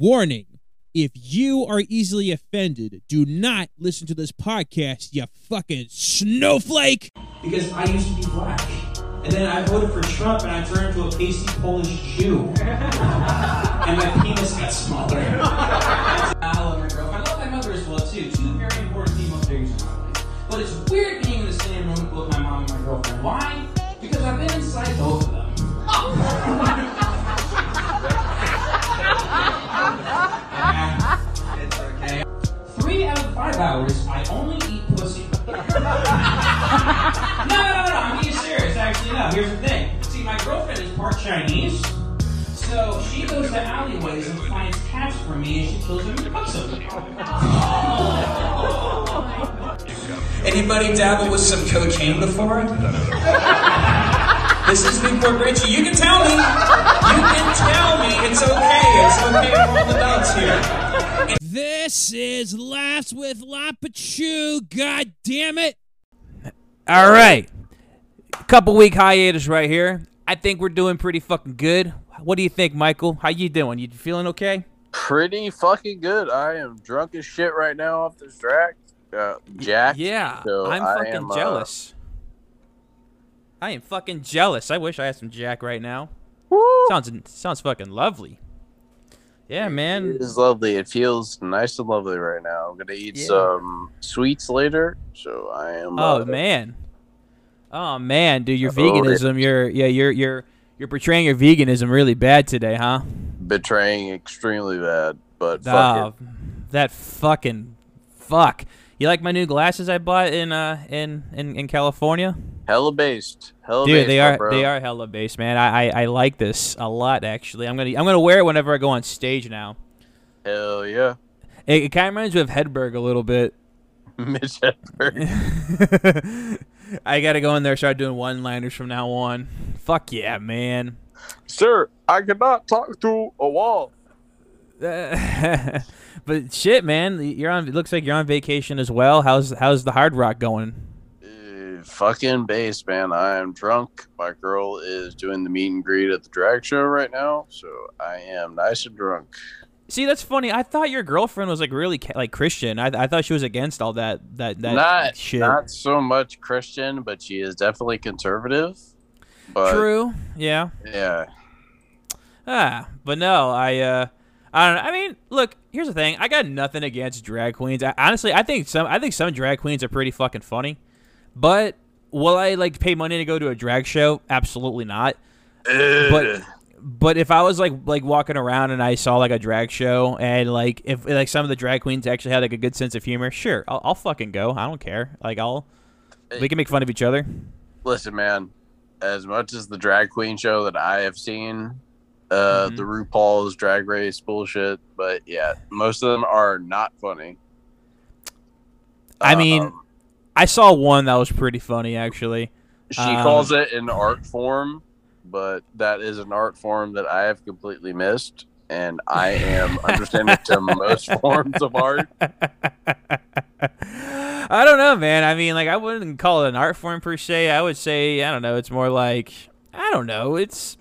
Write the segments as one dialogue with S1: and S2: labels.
S1: Warning if you are easily offended, do not listen to this podcast, you fucking snowflake!
S2: because I used to be black. And then I voted for Trump and I turned into a pasty Polish Jew. and my penis got smaller. I love my girlfriend. I love my mother as well too. Two very important female figures in my life. But it's weird being in the same room with my mom and my girlfriend. Why? Because I've been inside both of them. it's okay. Three out of five hours, I only eat pussy. No, no, no, I'm being serious. Actually, no. Here's the thing. See, my girlfriend is part Chinese, so she goes to alleyways and finds cats for me, and she kills them and cooks them. Anybody dabble with some cocaine before? this is Newport Richie. You can tell me. You can tell me. It's okay. It's okay. We're all adults here.
S1: This is Laughs with Lapachu, god damn it!
S3: All right. Couple week hiatus right here. I think we're doing pretty fucking good. What do you think, Michael? How you doing? You feeling okay?
S4: pretty fucking good. I am drunk as shit right now off this track. Uh, Jack.
S3: Yeah.
S4: So
S3: I'm
S4: I
S3: fucking
S4: am, uh,
S3: jealous. I am fucking jealous. I wish I had some Jack right now. Sounds sounds fucking lovely. Yeah, man.
S4: It is lovely. It feels nice and lovely right now. I'm gonna eat
S3: Yeah.
S4: some sweets later, so I am.
S3: Oh
S4: uh,
S3: man. Oh man, dude, your
S4: Oh, yeah.
S3: veganism, your yeah, you're you're you're portraying your veganism really bad today, huh?
S4: betraying extremely bad, but fuck
S3: Oh,
S4: it.
S3: that fucking fuck. You like my new glasses I bought in uh in in, in California?
S4: Hella based. Hella
S3: Dude,
S4: based,
S3: they
S4: my
S3: are
S4: bro.
S3: they are hella base, man. I, I I like this a lot actually. I'm gonna I'm gonna wear it whenever I go on stage now.
S4: Hell yeah,
S3: It, it kind of reminds me of Hedberg a little bit.
S4: Mitch Hedberg.
S3: I gotta go in there start doing one liners from now on. Fuck yeah, man.
S4: Sir, I cannot talk through a wall.
S3: Uh, but shit, man, you're on. It looks like you're on vacation as well. How's how's the Hard Rock going?
S4: Uh, fucking based, man. I am drunk. My girl is doing the meet and greet at the drag show right now, so I am nice and drunk.
S3: See, that's funny. I thought your girlfriend was like really ca- like Christian. I, I thought she was against all that that that
S4: not
S3: shit.
S4: not so much Christian, but she is definitely conservative. But
S3: True. Yeah.
S4: yeah,
S3: Ah, but no, I uh, I don't know. I mean, look, here's the thing. I got nothing against drag queens. I, honestly, I think some I think some drag queens are pretty fucking funny. But will I like pay money to go to a drag show? Absolutely not.
S4: Eh,
S3: But but if I was like like walking around and I saw like a drag show and like if like some of the drag queens actually had like a good sense of humor, sure, I'll, I'll fucking go. I don't care. Like I'll we can make fun of each other.
S4: listen, man. As much as the drag queen show that I have seen, uh,
S3: Mhm.
S4: the RuPaul's Drag Race bullshit, but yeah, most of them are not funny.
S3: I mean,
S4: Um,
S3: I saw one that was pretty funny actually.
S4: she
S3: um,
S4: calls it an art form, but that is an art form that I have completely missed, and I am understanding to most forms of art.
S3: I don't know, man. I mean, like, I wouldn't call it an art form per se. I would say, I don't know. It's more like, I don't know. It's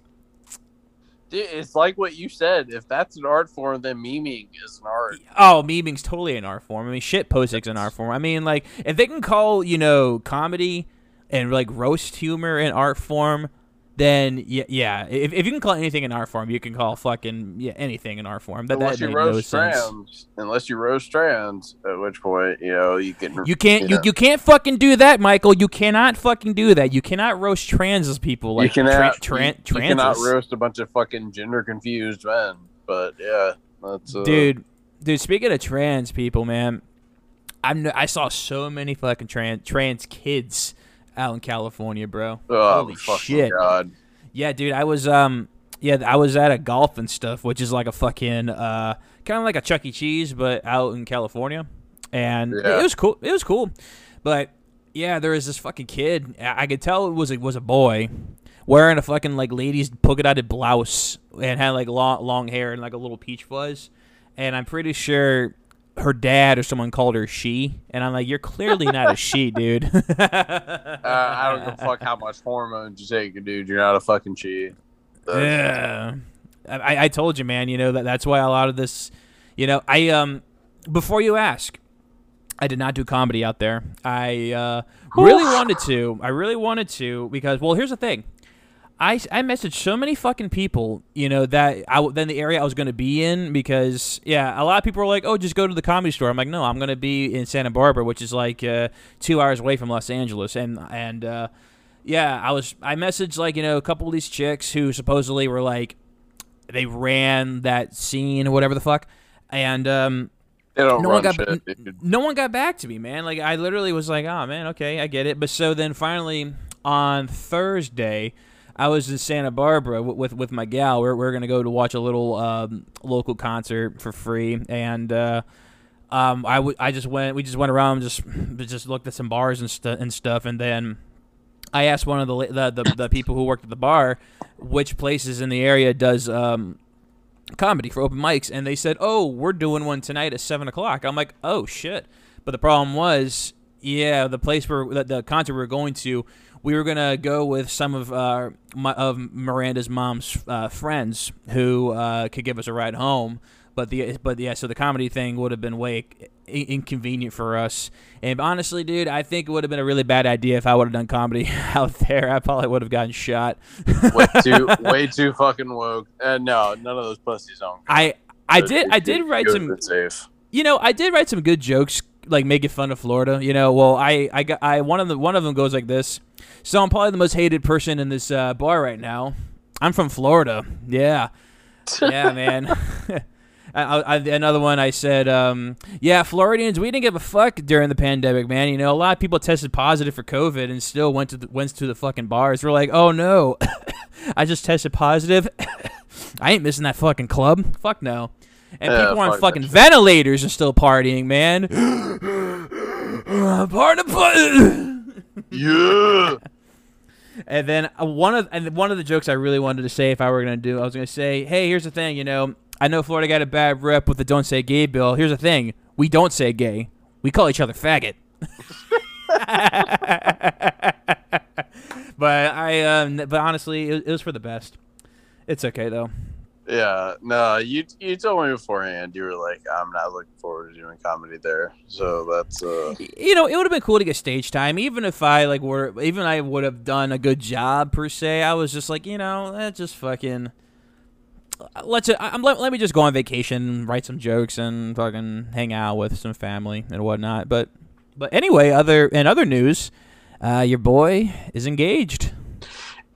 S4: Dude, it's like what you said. If that's an art form, then memeing is an art.
S3: oh, memeing's totally an art form. I mean, shit posting's an art form. I mean, like, if they can call you know comedy and like roast humor an art form, then yeah, yeah. If, if you can call anything an art form, you can call fucking yeah anything an art form. That
S4: unless
S3: that
S4: you
S3: made no
S4: roast
S3: sense.
S4: trans, unless you roast trans, at which point you know you can.
S3: You can't you,
S4: know,
S3: you can't fucking do that, Michael. You cannot fucking do that. You cannot roast trans people
S4: you
S3: like tran-
S4: cannot you,
S3: tran-
S4: you cannot
S3: transes.
S4: roast a bunch of fucking gender confused men. But yeah, that's uh,
S3: dude, dude. Speaking of trans people, man, I'm I saw so many fucking trans trans kids out in California, bro.
S4: Oh,
S3: Holy
S4: fucking
S3: shit.
S4: God.
S3: Yeah, dude. I was um, yeah, I was at a golf and stuff, which is like a fucking uh, kind of like a Chuck E. Cheese, but out in California, and it-
S4: Yeah.
S3: it was cool. It was cool, but yeah, there was this fucking kid. I I could tell it was a, was a boy. Wearing a fucking like ladies polka dotted blouse and had like long long hair and like a little peach fuzz, and I'm pretty sure her dad or someone called her she, and I'm like, you're clearly not a she, dude.
S4: Uh, I don't give a fuck how much hormones you take, dude. You're not a fucking she.
S3: Yeah. I, I told you, man. You know that that's why a lot of this, you know, I um, before you ask, I did not do comedy out there. I uh, really wanted to. I really wanted to because well, here's the thing. I, I messaged so many fucking people, you know, that I w- then the area I was going to be in because yeah, a lot of people were like, "Oh, just go to the comedy store." I'm like, "No, I'm going to be in Santa Barbara, which is like uh, 2 hours away from Los Angeles." And and uh, yeah, I was I messaged like, you know, a couple of these chicks who supposedly were like they ran that scene, whatever the fuck. And um
S4: They don't
S3: no one got
S4: run shit.
S3: n-
S4: dude.
S3: no one got back to me, man. Like I literally was like, "Oh man, okay, I get it." But so then finally on Thursday, I was in Santa Barbara w- with with my gal. We're we're gonna go to watch a little um, local concert for free, and uh, um, I w- I just went. We just went around, just just looked at some bars and stu- and stuff, and then. I asked one of the, la- the the the people who worked at the bar which places in the area does um, comedy for open mics, and they said, "Oh, we're doing one tonight at seven o'clock." I'm like, "Oh shit!" But the problem was, yeah, the place where the, the concert we were going to, we were gonna go with some of uh, my, of Miranda's mom's uh, friends who uh, could give us a ride home. But the but yeah, so the comedy thing would have been way i- inconvenient for us. And honestly, dude, I think it would have been a really bad idea if I would have done comedy out there. I probably would have gotten shot.
S4: way too way too fucking woke. Uh, no, none of those pussies don't.
S3: I I did I did write
S4: Yours
S3: some
S4: is Safe.
S3: you know, I did write some good jokes, like making fun of Florida. You know, well, I, I, got, I, one of the, one of them goes like this. So I'm probably the most hated person in this uh, bar right now. I'm from Florida. Yeah, yeah, man. I, I, another one I said, um, yeah, Floridians, we didn't give a fuck during the pandemic, man. You know, a lot of people tested positive for COVID and still went to the, went to the fucking bars. We're like, oh no, I just tested positive. I ain't missing that fucking club. Fuck no. And
S4: Yeah,
S3: people were on
S4: fuck that
S3: fucking
S4: shit.
S3: ventilators and still partying, man. Part of pu-
S4: Yeah.
S3: and then uh, one of and one of the jokes I really wanted to say if I were gonna do, I was gonna say, hey, here's the thing, you know, I know Florida got a bad rep with the don't say gay bill. Here's the thing, we don't say gay. We call each other faggot. but I, um, but honestly, it, it was for the best. It's okay though.
S4: Yeah, no, you you told me beforehand you were like, I'm not looking forward to doing comedy there. So that's uh
S3: you know, it would have been cool to get stage time, even if I like were, even I would have done a good job per se. I was just like, you know, eh, just fucking. Let's. I- I'm, let, let me just go on vacation, write some jokes, and fucking hang out with some family and whatnot. But, but anyway, other in other news, uh, your boy is engaged.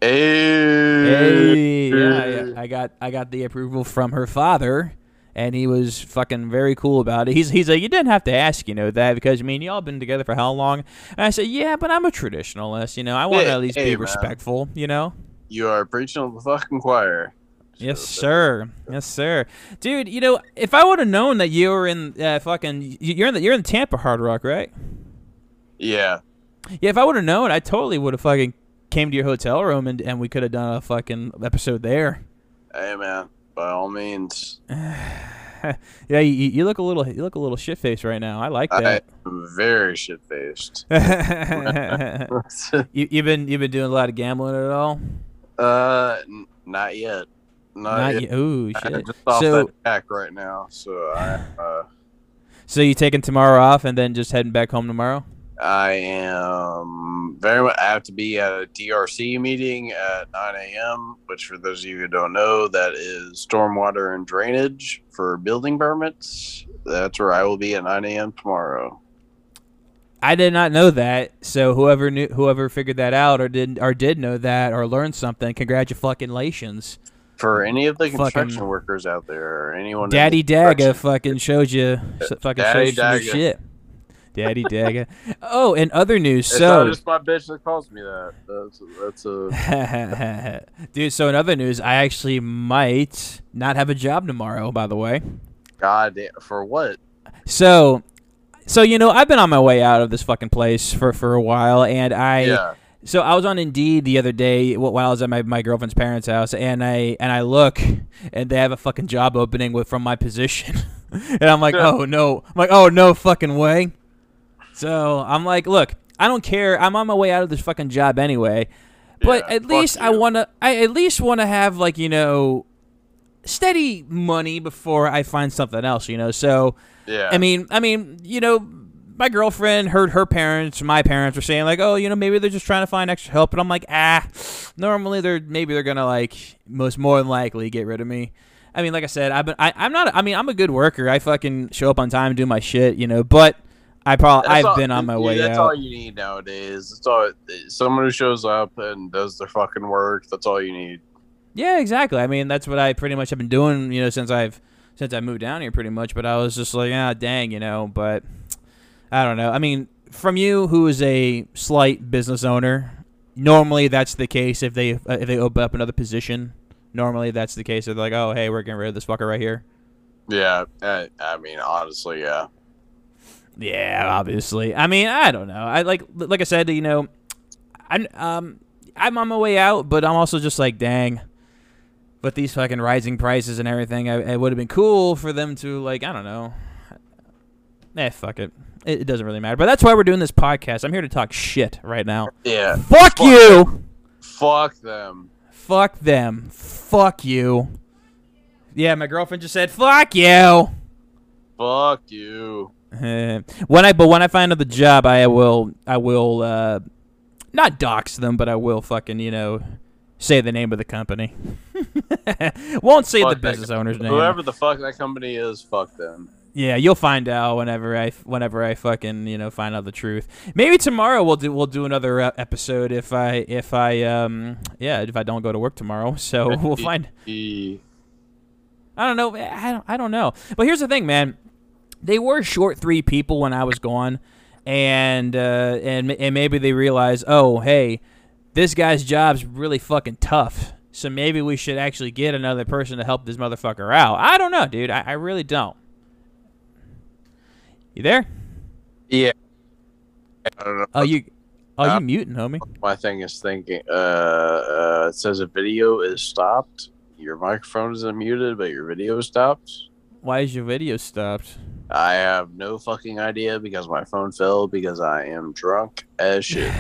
S4: hey.
S3: Hey, yeah, yeah, I got I got the approval from her father, and he was fucking very cool about it. He's he's like, you didn't have to ask, you know that because I mean, y'all been together for how long? And I said, yeah, but I'm a traditionalist, you know. I want to
S4: Hey,
S3: at least
S4: hey,
S3: be
S4: man.
S3: respectful, you know.
S4: You are preaching to the fucking choir.
S3: Yes,
S4: So-
S3: sir. Yes, sir. Dude, you know, if I would have known that you were in uh, fucking, y- you're in the you're in Tampa Hard Rock, right?
S4: Yeah.
S3: Yeah, if I would have known, I totally would have fucking came to your hotel room and and we could have done a fucking episode there.
S4: Hey man, by all means.
S3: Yeah, you, you you look a little you look a little shit faced right now. I like
S4: I
S3: that.
S4: am very Uh, shit faced.
S3: you, you've been you've been doing a lot of gambling at all?
S4: uh n- not yet. Not,
S3: Not
S4: yet.
S3: yet. Ooh,
S4: I'm
S3: shit.
S4: just off
S3: So
S4: that pack right now. So I uh
S3: so you taking tomorrow off and then just heading back home tomorrow?
S4: I am very much. I have to be at a DRC meeting at 9 a.m., which, for those of you who don't know, that is stormwater and drainage for building permits. That's where I will be at 9 a.m. tomorrow.
S3: I did not know that. So whoever knew whoever figured that out or did or did know that or learned something, congratulations.
S4: For any of the
S3: Fucking-
S4: construction workers out there, or anyone, in the
S3: Daddy Daga
S4: construction-
S3: fucking showed you s- fucking
S4: Uh, Daddy
S3: showed you
S4: Daga.
S3: some shit. Daddy Daga. Oh, and other news.
S4: It's
S3: so
S4: not just my bitch that calls me that. That's that's a
S3: Dude, so in other news, I actually might not have a job tomorrow, by the way.
S4: goddamn for what?
S3: So so you know, I've been on my way out of this fucking place for for a while and I
S4: yeah,
S3: so I was on Indeed the other day wh- while I was at my, my girlfriend's parents' house, and I and I look, and they have a fucking job opening with from my position, and I'm like,
S4: Yeah.
S3: oh no, I'm like, oh no fucking way. So I'm like, look, I don't care. I'm on my way out of this fucking job anyway, but
S4: Yeah,
S3: at
S4: fuck
S3: least I
S4: you.
S3: wanna, I at least wanna have like you know, steady money before I find something else, you know. So
S4: Yeah.
S3: I mean, I mean, you know, my girlfriend heard her parents, my parents were saying like, oh, you know, maybe they're just trying to find extra help, and I'm like, ah, normally they're maybe they're gonna like most more than likely get rid of me. I mean, like I said, I've been, I, I'm not, I mean, I'm a good worker. I fucking show up on time, do my shit, you know, but I probably,
S4: That's
S3: I've
S4: all-
S3: been on my
S4: dude,
S3: way
S4: That's
S3: out.
S4: all you need nowadays. That's all. Someone who shows up and does their fucking work. That's all you need.
S3: Yeah, exactly. I mean, that's what I pretty much have been doing, you know, since I've since I moved down here, pretty much. But I was just like, ah, dang, you know. But I don't know. I mean, from you, who is a slight business owner, normally that's the case. If they uh, if they open up another position, normally that's the case. They're like, oh, hey, we're getting rid of this fucker right here.
S4: Yeah. I, I mean, honestly, yeah.
S3: Yeah, obviously. I mean, I don't know. I like like I said, you know, I'm um I'm on my way out, but I'm also just like, dang. But these fucking rising prices and everything, I, it would have been cool for them to like, I don't know. Eh, fuck it. it. It doesn't really matter. But that's why we're doing this podcast. I'm here to talk shit right now.
S4: Yeah.
S3: Fuck you.
S4: Fuck them.
S3: Fuck them. Fuck you. Yeah, my girlfriend just said, "Fuck you."
S4: Fuck you.
S3: Eh. when I but when I find another job, I will I will uh, not dox them, but I will fucking you know say the name of the company. Won't say
S4: Fuck
S3: the
S4: that
S3: business owner's name.
S4: Whoever the fuck that company is, fuck them.
S3: Yeah, you'll find out whenever I whenever I fucking you know find out the truth. Maybe tomorrow we'll do we'll do another uh, episode if I if I um yeah if I don't go to work tomorrow. So we'll find.
S4: E-
S3: I don't know. I don't, I don't know. But here's the thing, man. They were short three people when I was gone, and uh, and and maybe they realized, oh hey, this guy's job's really fucking tough. So maybe we should actually get another person to help this motherfucker out. I don't know, dude. I, I really don't. You there?
S4: yeah. I don't know.
S3: Oh, you. Oh,
S4: Uh,
S3: you muting, homie.
S4: My thing is thinking. Uh, uh, it says a video is stopped. Your microphone is unmuted, but your video is stopped.
S3: Why is your video stopped?
S4: I have no fucking idea because my phone fell because I am drunk as shit.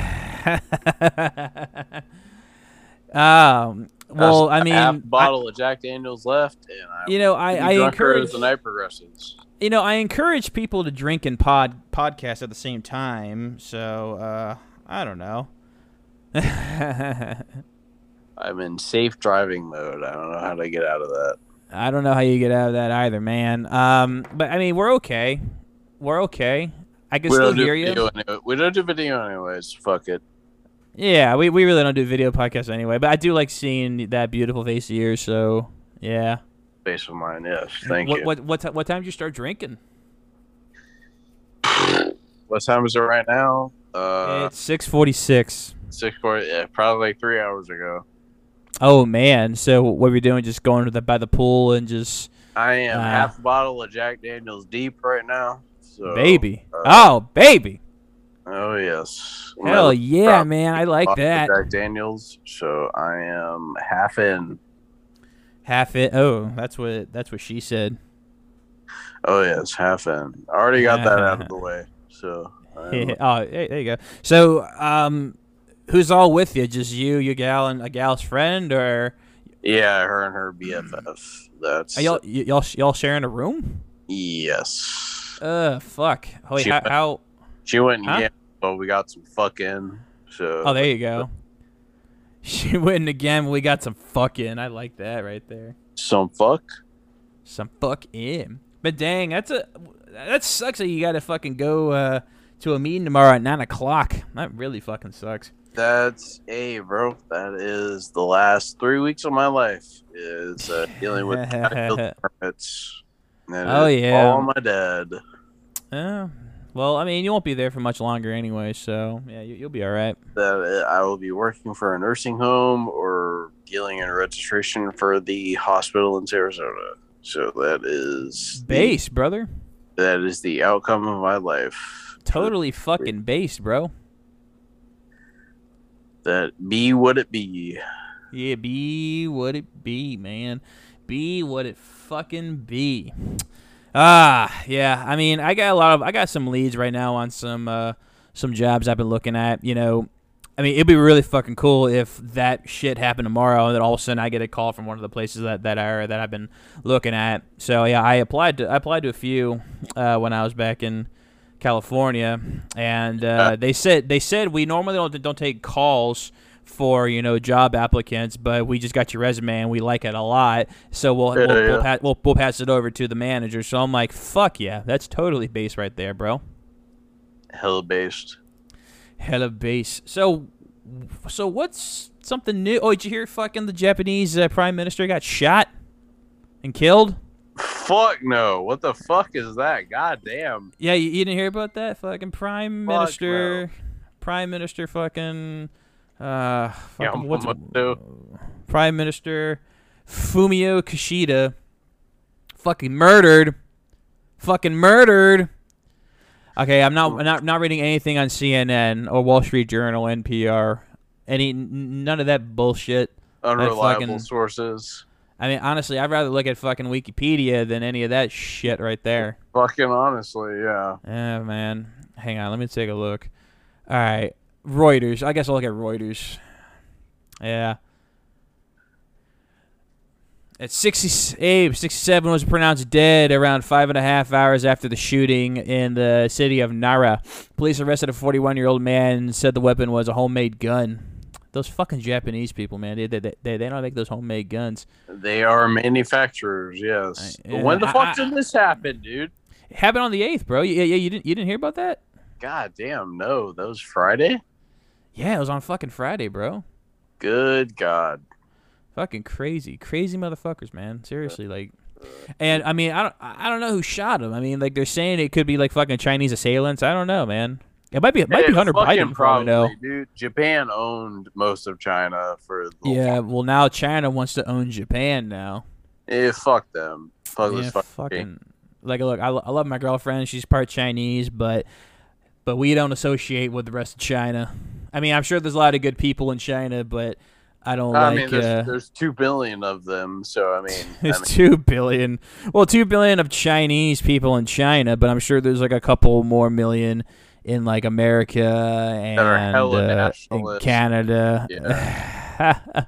S3: um. Well, I
S4: There's a
S3: mean,
S4: half
S3: I-
S4: bottle of Jack Daniels left, and I,
S3: you know, I, I
S4: am drunker
S3: encourage
S4: as the night progresses.
S3: you know, I encourage people to drink and pod podcast at the same time. So uh, I don't know. I
S4: I'm in safe driving mode. I don't know how to get out of that.
S3: don't know how you get out of that either, man. Um, but I mean, we're okay. We're okay. I can
S4: we
S3: still
S4: don't do
S3: hear you.
S4: video anyway. We don't do video anyways. Fuck it.
S3: Yeah, we, we really don't do video podcasts anyway. But I do like seeing that beautiful face of yours. So yeah.
S4: Face of mine. Yes. Thank
S3: what,
S4: you.
S3: What what ti- what time did you start drinking?
S4: What time is it right now? Uh,
S3: it's six forty six.
S4: six forty. Yeah, probably like three hours ago.
S3: Oh man! So what were you doing? Just going to the by the pool and just
S4: I am
S3: Uh.
S4: half a bottle of Jack Daniels deep right now. So
S3: baby.
S4: uh,
S3: oh baby.
S4: Oh yes.
S3: Hell
S4: Another
S3: yeah,
S4: drop
S3: man! I like
S4: bottle of
S3: that.
S4: Jack Daniels. So I am half in.
S3: Half it. Oh, that's what that's what she said.
S4: Oh yes, half in. I already got that out of the way. So I am-
S3: oh, hey, there you go. So, um, who's all with you? Just you, your gal, and a gal's friend, or
S4: yeah, her and her BFF. That's
S3: are y'all y- y'all sh- y'all sharing a room?
S4: yes.
S3: Uh, fuck. Oh, wait,
S4: She
S3: how,
S4: went-
S3: how?
S4: She went
S3: Huh?
S4: yeah, but we got some fucking. So
S3: Oh, there you go. She went again. We got some fucking. I like that right there.
S4: some fuck.
S3: Some fuck in. But dang, that's a that sucks that you got to fucking go uh, to a meeting tomorrow at nine o'clock. That really fucking sucks.
S4: That's a bro. That is the last three weeks of my life is uh, dealing with building permits. And
S3: Oh,
S4: it's
S3: yeah.
S4: all my dad.
S3: Yeah. Uh, Well, I mean, you won't be there for much longer anyway, so yeah, you, you'll be all right.
S4: That I will be working for a nursing home or dealing in registration for the hospital in Sarasota. So that is the-
S3: Base, brother.
S4: that is the outcome of my life.
S3: Totally fucking base, bro.
S4: That be what it be.
S3: Yeah, be what it be, man. Be what it fucking be. Ah, yeah. I mean, I got a lot of, I got some leads right now on some, uh, some jobs I've been looking at. You know, I mean, it'd be really fucking cool if that shit happened tomorrow, and then all of a sudden I get a call from one of the places that that I that I've been looking at. So yeah, I applied to I applied to a few uh, when I was back in California, and uh, they said they said we normally don't don't take calls for you know job applicants, but we just got your resume and we like it a lot, so we'll
S4: Yeah,
S3: we'll, We'll,
S4: yeah.
S3: pa- we'll we'll pass it over to the manager. So I'm like, fuck yeah, that's totally base right there, bro.
S4: Hell based.
S3: Hella base. So, so what's something new? Oh, did you hear? Fucking the Japanese uh, prime minister got shot and killed.
S4: Fuck no. What the fuck is that? God damn.
S3: Yeah, you, you didn't hear about that? Fucking prime
S4: Fuck,
S3: minister, prime minister, fucking, uh, fucking, what's
S4: Yamamoto.
S3: prime minister Fumio Kishida, fucking murdered, fucking murdered. Okay, I'm not not not reading anything on CNN or Wall Street Journal, NPR, any n- none of that bullshit.
S4: Unreliable
S3: fucking-
S4: sources.
S3: I mean, honestly, I'd rather look at fucking Wikipedia than any of that shit right there.
S4: Fucking honestly, yeah.
S3: Eh, man. Hang on, let me take a look. All right, Reuters. I guess I'll look at Reuters. Yeah. At 60, Abe 67 was pronounced dead around five and a half hours after the shooting in the city of Nara. Police arrested a 41 year old man and said the weapon was a homemade gun. Those fucking Japanese people, man. They, they, they, they don't make those homemade guns.
S4: They are manufacturers, yes.
S3: I-
S4: But when the
S3: I-
S4: fuck
S3: I-
S4: did this happen, dude?
S3: It happened on the 8th, bro. Yeah, yeah, you didn't, you didn't hear about that?
S4: God damn, no. That was Friday?
S3: Yeah, it was on fucking Friday, bro.
S4: Good God.
S3: Fucking crazy, crazy motherfuckers, man. Seriously, like, and I mean, I don't, I don't know who shot him. I mean, like they're saying it could be like fucking Chinese assailants. I don't know, man. It might be, it might be
S4: It
S3: Hunter
S4: fucking
S3: Biden. Probably know.
S4: dude. Japan owned most of China for the
S3: Yeah. Well, now China wants to own Japan now.
S4: Eh, fuck them. Fuck
S3: Yeah,
S4: this fucking,
S3: fucking. Like, look, I, lo- I love my girlfriend. She's part Chinese, but, but we don't associate with the rest of China. I mean, I'm sure there's a lot of good people in China, but I don't
S4: I
S3: like.
S4: mean, there's,
S3: uh,
S4: there's two billion of them, so I mean, I
S3: There's
S4: mean,
S3: two billion. Well, two billion of Chinese people in China, but I'm sure there's like a couple more million in like America and,
S4: are hella
S3: uh, in
S4: nationalist.
S3: Canada.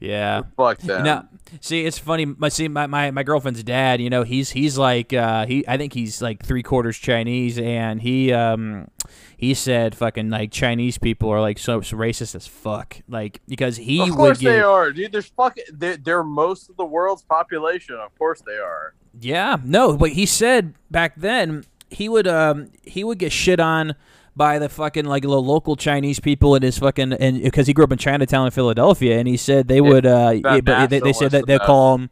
S3: yeah.
S4: fuck them.
S3: No, see, it's funny. My see, my, my, my girlfriend's dad. You know, he's he's like uh, he. I think he's like three quarters Chinese, and he um he said fucking like Chinese people are like so, so racist as fuck. Like because he
S4: of
S3: would
S4: course
S3: get
S4: they are, dude. There's fucking they're, they're most of the world's population. Of course they are.
S3: Yeah, no, but he said back then he would um he would get shit on by the fucking like the local Chinese people and his fucking and because he grew up in Chinatown in Philadelphia and he said they would uh yeah, but they, they said that they call him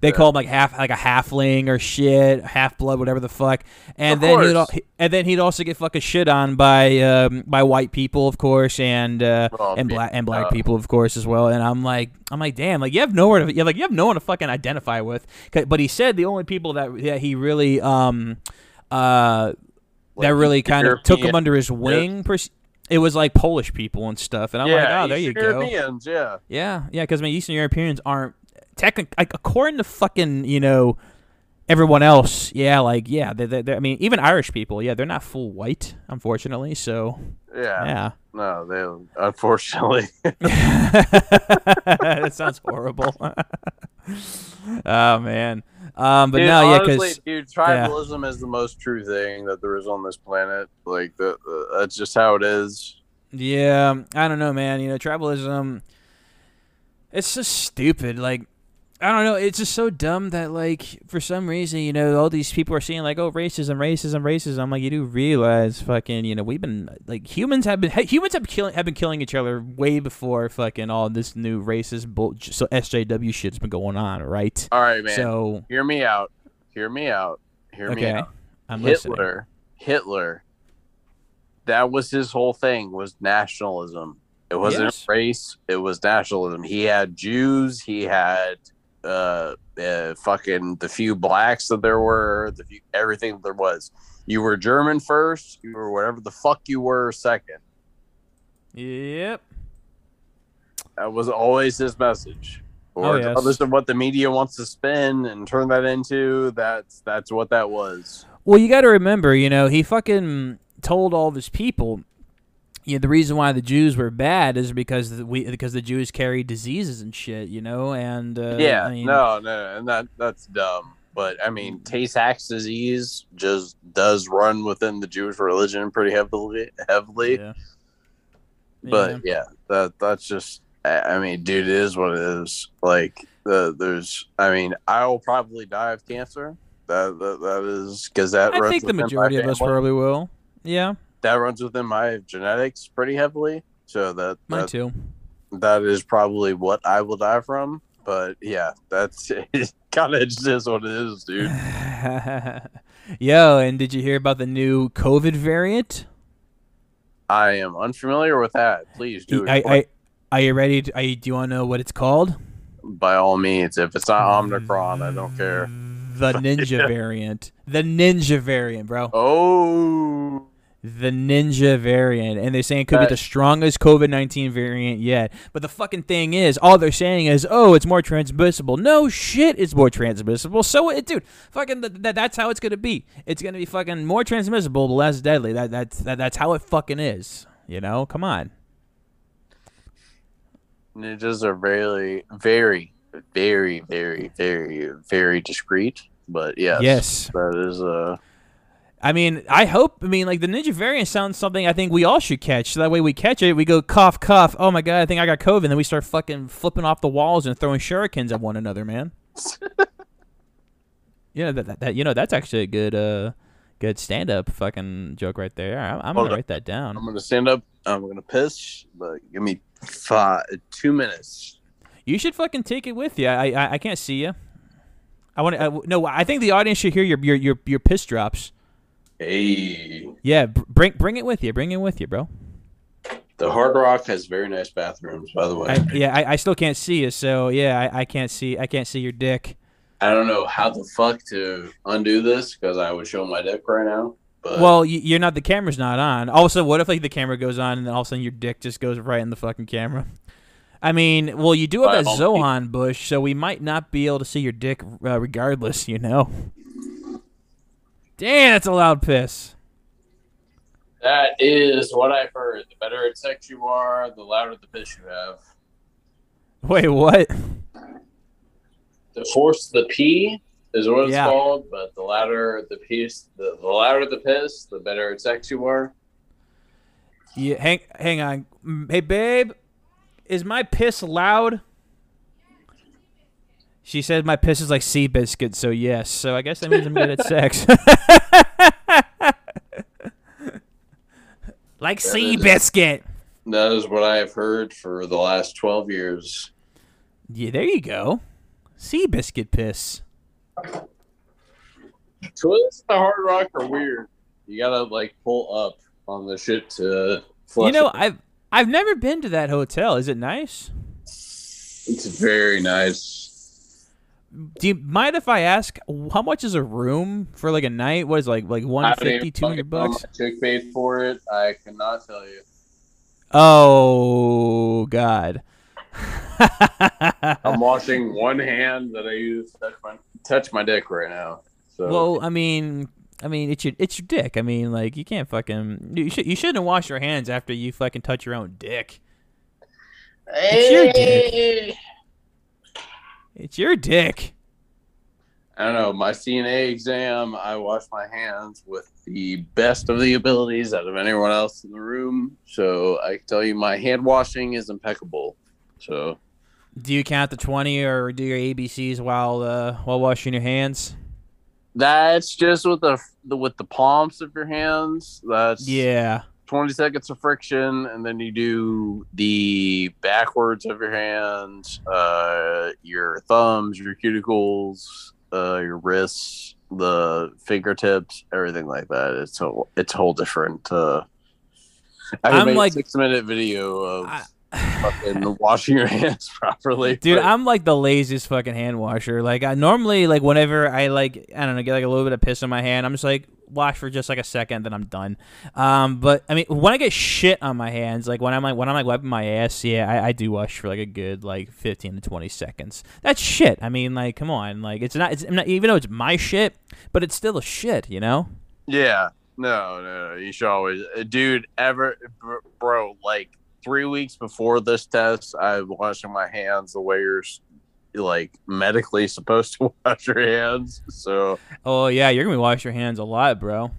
S3: they call him like half like a halfling or shit half blood whatever the fuck and
S4: Of
S3: then he'd al-
S4: course.
S3: he- and then he'd also get fucking shit on by um, by white people of course and uh,
S4: Well,
S3: and
S4: yeah,
S3: black and black
S4: uh,
S3: people of course as well and i'm like i'm like damn like you have nowhere to you like you have no one to fucking identify with 'Cause- but he said the only people that that he really um uh that
S4: Like
S3: really kind of took him
S4: European-
S3: under his wing per- it was like polish people and stuff and i'm like
S4: yeah,
S3: oh there you
S4: Eastern
S3: go
S4: Europeans, yeah.
S3: yeah, yeah, because I mean, Eastern Europeans aren't technically like according to fucking you know everyone else. Yeah, like yeah, they, they, they, I mean, even Irish people, yeah, they're not full white, unfortunately. So
S4: yeah,
S3: yeah,
S4: No, they unfortunately.
S3: that sounds horrible. oh man, um, but
S4: Dude,
S3: no, yeah,
S4: honestly,
S3: because
S4: dude,
S3: yeah.
S4: tribalism is the most true thing that there is on this planet. Like the, the, that's just how it is.
S3: Yeah, I don't know, man. You know, tribalism. It's just stupid. Like, I don't know. It's just so dumb that, like, for some reason, you know, all these people are seeing like, oh, racism, racism, racism. I'm like, you do realize, fucking, you know, we've been like, humans have been humans have killing have been killing each other way before fucking all this new racist bull. So SJW shit's been going on, right?
S4: All right, man.
S3: So
S4: Hear me out. Hear me out. Hear me
S3: okay,
S4: out.
S3: I'm listening.
S4: Hitler. Hitler. That was his whole thing was nationalism. It wasn't
S3: Yes.
S4: race. It was nationalism. He had Jews. He had uh, uh fucking the few blacks that there were. The few, everything there was. You were German first. You were whatever the fuck you were second.
S3: Yep.
S4: That was always his message.
S3: Oh,
S4: Or
S3: yes.
S4: other than what the media wants to spin and turn that into, that's that's what that was.
S3: Well, you got to remember, you know, he fucking told all of his people you know, the reason why the Jews were bad is because the, we because the Jews carried diseases and shit, you know, and uh,
S4: yeah,
S3: I mean,
S4: no, no, and that that's dumb. But I mean, Tay-Sachs disease just does run within the Jewish religion pretty heavily. Heavily,
S3: yeah. Yeah.
S4: but yeah, that that's just. I I mean, dude, it is what it is. Like, the, there's. I mean, I will probably die of cancer. That that, that is because that.
S3: I
S4: runs
S3: think the
S4: within my
S3: majority of us
S4: family.
S3: probably will. Yeah,
S4: that runs within my genetics pretty heavily. So that
S3: mine
S4: that,
S3: too.
S4: that is probably what I will die from. But yeah, that's kind of just is what it is, dude.
S3: Yo, and did you hear about the new COVID variant?
S4: I am unfamiliar with that. Please do.
S3: I,
S4: explain.
S3: I, are you ready? To, are you, do you want to know what it's called?
S4: by all means, if it's not Omnicron, Uh, I don't care.
S3: The ninja variant. The ninja variant, bro.
S4: Oh,
S3: The ninja variant. And they're saying it could be
S4: That-
S3: the strongest COVID 19 variant yet. But the fucking thing is, all they're saying is, oh, it's more transmissible. No shit, it's more transmissible. So, it, dude, fucking th- th- that's how it's going to be. It's going to be fucking more transmissible, but less deadly. That, that's that, that's how it fucking is. You know? Come on.
S4: ninjas are very, very, very, very, very, very discreet. But yes,
S3: Yes.
S4: that is uh
S3: I mean, I hope. I mean, like the ninja variant sounds something I think we all should catch. So that way we catch it, we go cough, cough. Oh my god, I think I got COVID. And then we start fucking flipping off the walls and throwing shurikens at one another, man. yeah, that, that, that you know that's actually a good uh, good stand up fucking joke right there. I'm, I'm
S4: Hold
S3: gonna
S4: on.
S3: write that
S4: I'm
S3: down.
S4: gonna stand up. I'm gonna piss, but give me five, two minutes.
S3: You should fucking take it with you. I I, I can't see you. I want to. No, I think the audience should hear your your your, your piss drops.
S4: Hey,
S3: Yeah, br- bring bring it with you. Bring it with you, bro.
S4: the Hard Rock has very nice bathrooms, by the way.
S3: I, yeah, I, I still can't see you. So yeah, I, I can't see. I can't see your dick.
S4: I don't know how the fuck to undo this because I would show my dick right now. But
S3: Well, you, you're not. The camera's not on. Also, what if like the camera goes on and then all of a sudden your dick just goes right in the fucking camera? I mean, well, you do have
S4: By
S3: that
S4: all
S3: Zohan bush, so we might not be able to see your dick uh, regardless. You know. Damn, that's a loud piss.
S4: that is what I've heard. The better at sex you are, the louder the piss you have.
S3: Wait, what?
S4: The force of the pee is what it's
S3: Yeah.
S4: called, but the louder the piece, the, the louder the piss, the better at sex you are.
S3: Yeah, hang, hang on. Mm, Hey, babe, is my piss loud? She said my piss is like sea biscuit, so yes. So I guess that means I'm good at sex. like sea biscuit.
S4: That is what I have heard for the last twelve years.
S3: Yeah, there you go. Sea biscuit piss.
S4: Twists the hard rock are weird. You gotta like pull up on the shit to. Flush
S3: You know,
S4: it.
S3: I've I've never been to that hotel. Is it nice?
S4: it's very nice.
S3: Do you mind if I ask how much is a room for like a night? What is it, like like
S4: I
S3: one
S4: don't even
S3: fifty, two hundred
S4: fucking know.
S3: bucks?
S4: My chick paid for it. I cannot tell you.
S3: Oh God.
S4: I'm washing one hand that I use to touch my touch my dick right now. So
S3: well, I mean, I mean, it's your it's your dick. I mean, like you can't fucking you should you shouldn't wash your hands after you fucking touch your own dick. It's your dick. It's your dick.
S4: I don't know. My CNA exam, I wash my hands with the best of the abilities out of anyone else in the room. So I can tell you, my hand washing is impeccable. So
S3: Do you count the twenty or do your ABCs while uh, while washing your hands?
S4: that's just with the with the palms of your hands. That's
S3: Yeah.
S4: 20 seconds of friction and then you do the backwards of your hands uh, your thumbs your cuticles uh, your wrists the fingertips everything like that it's a it's a whole different uh I
S3: I'm
S4: am
S3: like-
S4: like six minute video of
S3: I-
S4: fucking washing your hands properly
S3: Dude,
S4: but
S3: I'm like the laziest fucking hand washer. Like I normally like whenever I like I don't know, get like a little bit of piss on my hand, I'm just like wash for just like a second, then I'm done. Um, but I mean when I get shit on my hands, like when I'm like when I'm like wiping my ass, yeah, I, I do wash for like a good like fifteen to twenty seconds. That's shit. I mean, like, come on, like it's not it's I'm not even though it's my shit, but it's still a shit, you know?
S4: yeah No, no, no. You should always, uh, dude. Ever, br- bro. Like three weeks before this test, I'm washing my hands the way you're, s- like, medically supposed to wash your hands. So
S3: Oh yeah, you're gonna wash your hands a lot, bro.